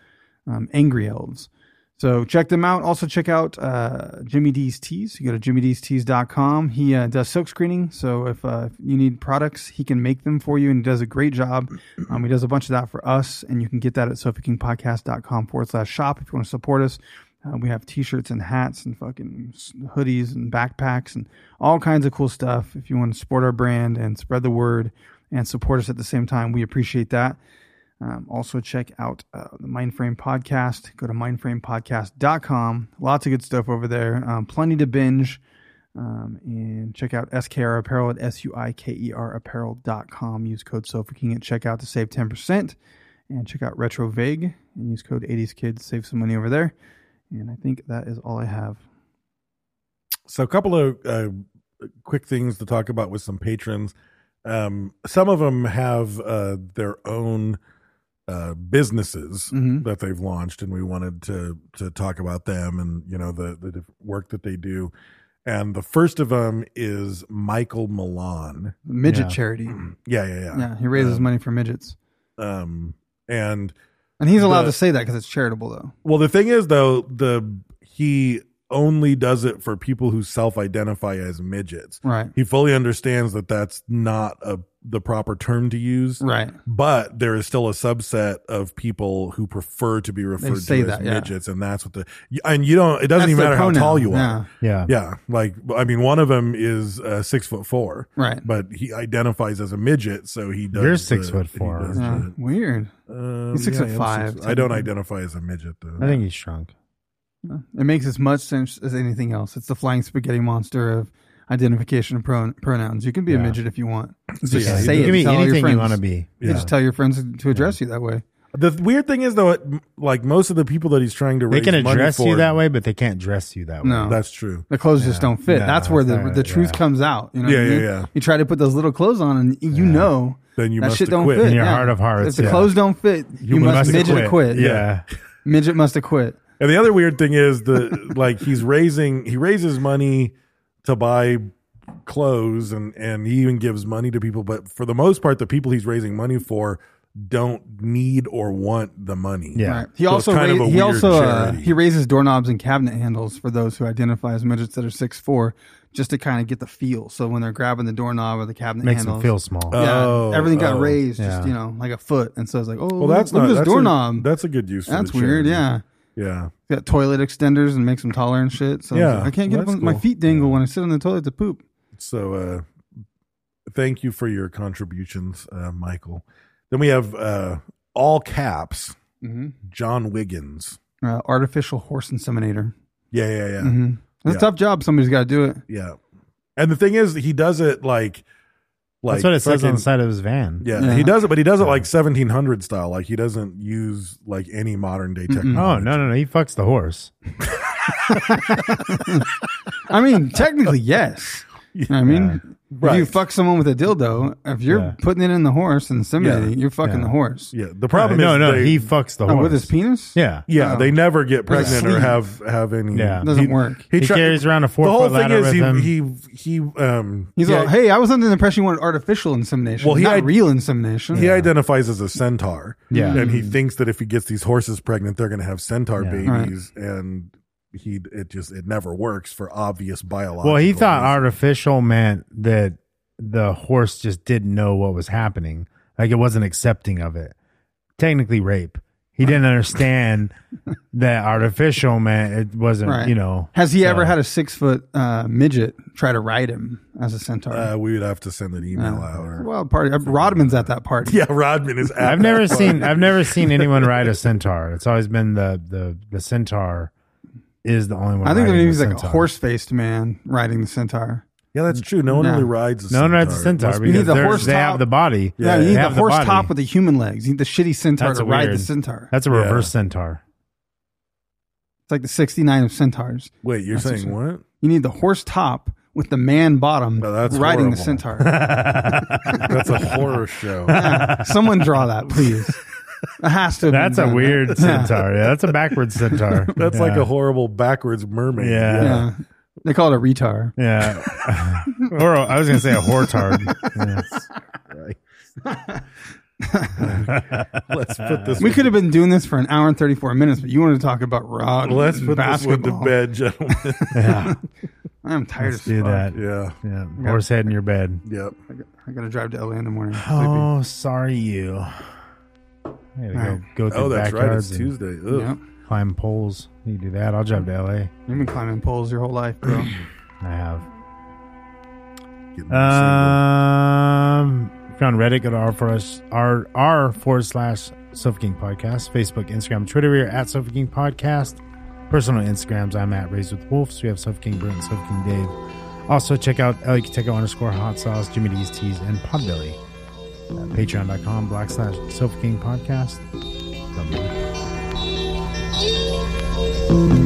um, angry elves. So check them out. Also check out uh, Jimmy D's Tees. You go to jimmydstees.com. He uh, does silk screening. So if, uh, if you need products, he can make them for you and he does a great job. Um, he does a bunch of that for us and you can get that at sophiekingpodcast.com forward slash shop if you want to support us. Uh, we have t-shirts and hats and fucking s- hoodies and backpacks and all kinds of cool stuff. If you want to support our brand and spread the word and support us at the same time, we appreciate that. Um, also, check out uh, the Mindframe podcast. Go to mindframepodcast.com. Lots of good stuff over there. Um, plenty to binge. Um, and check out SKR Apparel at S-U-I-K-E-R apparel.com. Use code SofaKing at checkout to save 10%. And check out Retro Vague and use code 80SKids. Save some money over there. And I think that is all I have.
So a couple of uh, quick things to talk about with some patrons. Um, some of them have uh, their own uh, businesses that they've launched, and we wanted to to talk about them and you know the the diff- work that they do. And the first of them is Michael Milan,
Midget charity.
Yeah, yeah, yeah.
Yeah, he raises money for midgets.
Um, and
And he's allowed
the-
to say that because it's charitable, though.
Well, the thing is though, the he only does it for people who self-identify as midgets.
Right.
He fully understands that that's not a the proper term to use.
Right.
But there is still a subset of people who prefer to be referred
say
to as
that, yeah.
midgets, and that's what the and you don't. It doesn't
That's
even
their
matter how
pronoun,
tall you
yeah.
are.
Yeah.
Yeah. Like I mean, one of them is uh, six foot four.
Right.
But he identifies as a midget, so he does.
You're six
the-
foot
he
four,
does
Yeah.
the-
Weird.
um,
He's six
yeah,
foot
I'm
five,
I don't
technically.
identify as a midget though.
I think he's shrunk.
It makes as much sense as anything else. It's the flying spaghetti monster of identification and pron- pronouns. You can be a
Yeah.
midget if you want.
So,
Just
yeah,
say
you
it.
can
be
tell all your
anything you
friends.
wanna be.
You just tell your friends to address you that way.
The th- weird thing is though, it, like most of the people that he's trying to
They
raise
can
money
address
for,
you that way, but they can't dress you that way.
No.
That's true.
The clothes just don't fit.
Yeah,
that's where the
that's
the
right,
truth
yeah.
comes out. You know what I
Yeah, yeah,
mean?
yeah.
You try to put those little clothes on, and you know
Then you
that
must
shit
have
don't
quit.
fit.
In
your
yeah.
heart of hearts,
if the
yeah.
clothes don't fit, you, must,
have quit.
midget quit.
Yeah.
midget must have quit.
And the other weird thing is the like he's raising he raises money to buy clothes and and he even gives money to people, but for the most part, the people he's raising money for don't need or want the money.
Yeah.
Right. He
So it's
also
kind of
ra-
a
he
weird
also uh,
charity.
he raises doorknobs and cabinet handles for those who identify as midgets that are six four, just to kind of get the feel. So when they're grabbing the doorknob or the cabinet
Makes
handles,
them feel small.
yeah,
Oh,
everything got
oh.
raised,
Yeah.
just you know, like a foot. And so it's like, oh,
Well, that's
look
not
at this
that's
doorknob.
A, that's a good use. For
That's
the
weird.
charity.
Yeah,
Yeah.
got toilet extenders and makes them taller and shit. So yeah,
Yeah,
I can't get up
that's
on my
cool.
feet dangle when I sit on the toilet to poop.
So uh thank you for your contributions, uh, Michael. Then we have uh all caps
Mm-hmm.
John Wiggins.
Uh, artificial horse inseminator.
Yeah, yeah, yeah.
Mm-hmm.
That's
Mm-hmm. Yeah.
a tough job. Somebody's got to do it.
Yeah. And the thing is he does it like like
That's what it says on
fucking-
Uh-huh. the side of his van.
Yeah,
Yeah.
he does it, but he does it like 1700 style. Like he doesn't use like any modern day technology.
Oh no no no! He fucks the horse.
I mean, technically, yes. You know what I mean, if you fuck someone with a dildo, if you're
Yeah.
putting it in the horse and inseminating, it, you're fucking
Yeah.
the horse.
Yeah, the problem
no,
is
no,
they-
he fucks the
Oh,
horse
with his penis.
Yeah,
Yeah,
Oh.
they never get
Doesn't
pregnant or
sleep.
have have any.
Yeah.
Doesn't work.
He carries around a
The whole
four-foot
thing
ladder
is
with him.
he, he he um
He's
yeah,
like, hey, I was under the impression you wanted artificial insemination,
Well,
well,
he
not
had-
real insemination.
he identifies as a centaur.
Yeah.
and he thinks that if he gets these horses pregnant, they're going to have centaur
Yeah.
babies, and he it just it never works for obvious biological.
Well, he thought
reasons.
artificial meant that the horse just didn't know what was happening. Like it wasn't accepting of it. Technically rape. He didn't understand that artificial meant it wasn't,
Right.
you know.
Has he
so-
ever had a six foot uh, midget try to ride him as a centaur?
uh, we would have to send an email
Uh,
out. Or,
well, party. uh, Rodman's at that party.
yeah, Rodman is. at
I've
that
never
point.
seen I've never seen anyone ride a centaur. It's always been the the the centaur is the only one.
I think
riding
that
the
he was like
centaur.
a horse faced man riding the centaur.
Yeah, that's true. No one
No.
really rides. A
No, no,
centaur.
it's a centaur
Must be-
You need
because
the
they're-
horse
they
top-
have the body.
Yeah, you
They
need the
have
horse
body.
top with the human legs. You need the shitty centaur
That's
to ride the
weird.
centaur.
That's a
Yeah.
reverse centaur.
it's like the 69 of centaurs.
Wait, you're
That's
saying what?
You need the horse top with the man bottom
No, Oh, that's
riding the
horrible.
centaur.
That's a horror show.
Yeah, Someone draw that, please. It has to. have
That's
been
a
done.
weird centaur. Yeah, that's a backwards centaur.
That's
yeah.
like a horrible backwards mermaid.
Yeah.
Yeah. They call it a retar.
Yeah. or a- I was going to say a hortard. Yes.
Let's put this.
We could have been doing this for an hour and 34 minutes, but you wanted to talk about rod.
Let's put
basketball.
this one to bed, gentlemen.
Yeah.
I'm tired
Let's
as
do
fuck.
that.
yeah.
Yeah. Horse head in your bed.
Yep.
I got to drive to LA in the morning. Sleepy.
Oh, sorry you. I gotta
All right.
go, go through
Oh, that's right. It's
backyards and
Tuesday. Ugh.
Yep.
climb poles. You do that. I'll drive to LA.
You've been climbing poles your whole life, bro.
I have.
Getting
Uh, Um, if you're on Reddit, go to r for us r r forward slash Suffocating Podcast. Facebook, Instagram, Twitter, we are at Suffocating Podcast. Personal Instagrams, I'm at Raised with Wolves. We have Suffocating Brent and Suffocating Dave. Also, check out El Yucateco underscore hot sauce, Jimmy D's Teas, and Podbelly. Uh, Patreon.com black slash Suffocating Podcast. Don't be-
Suffocating.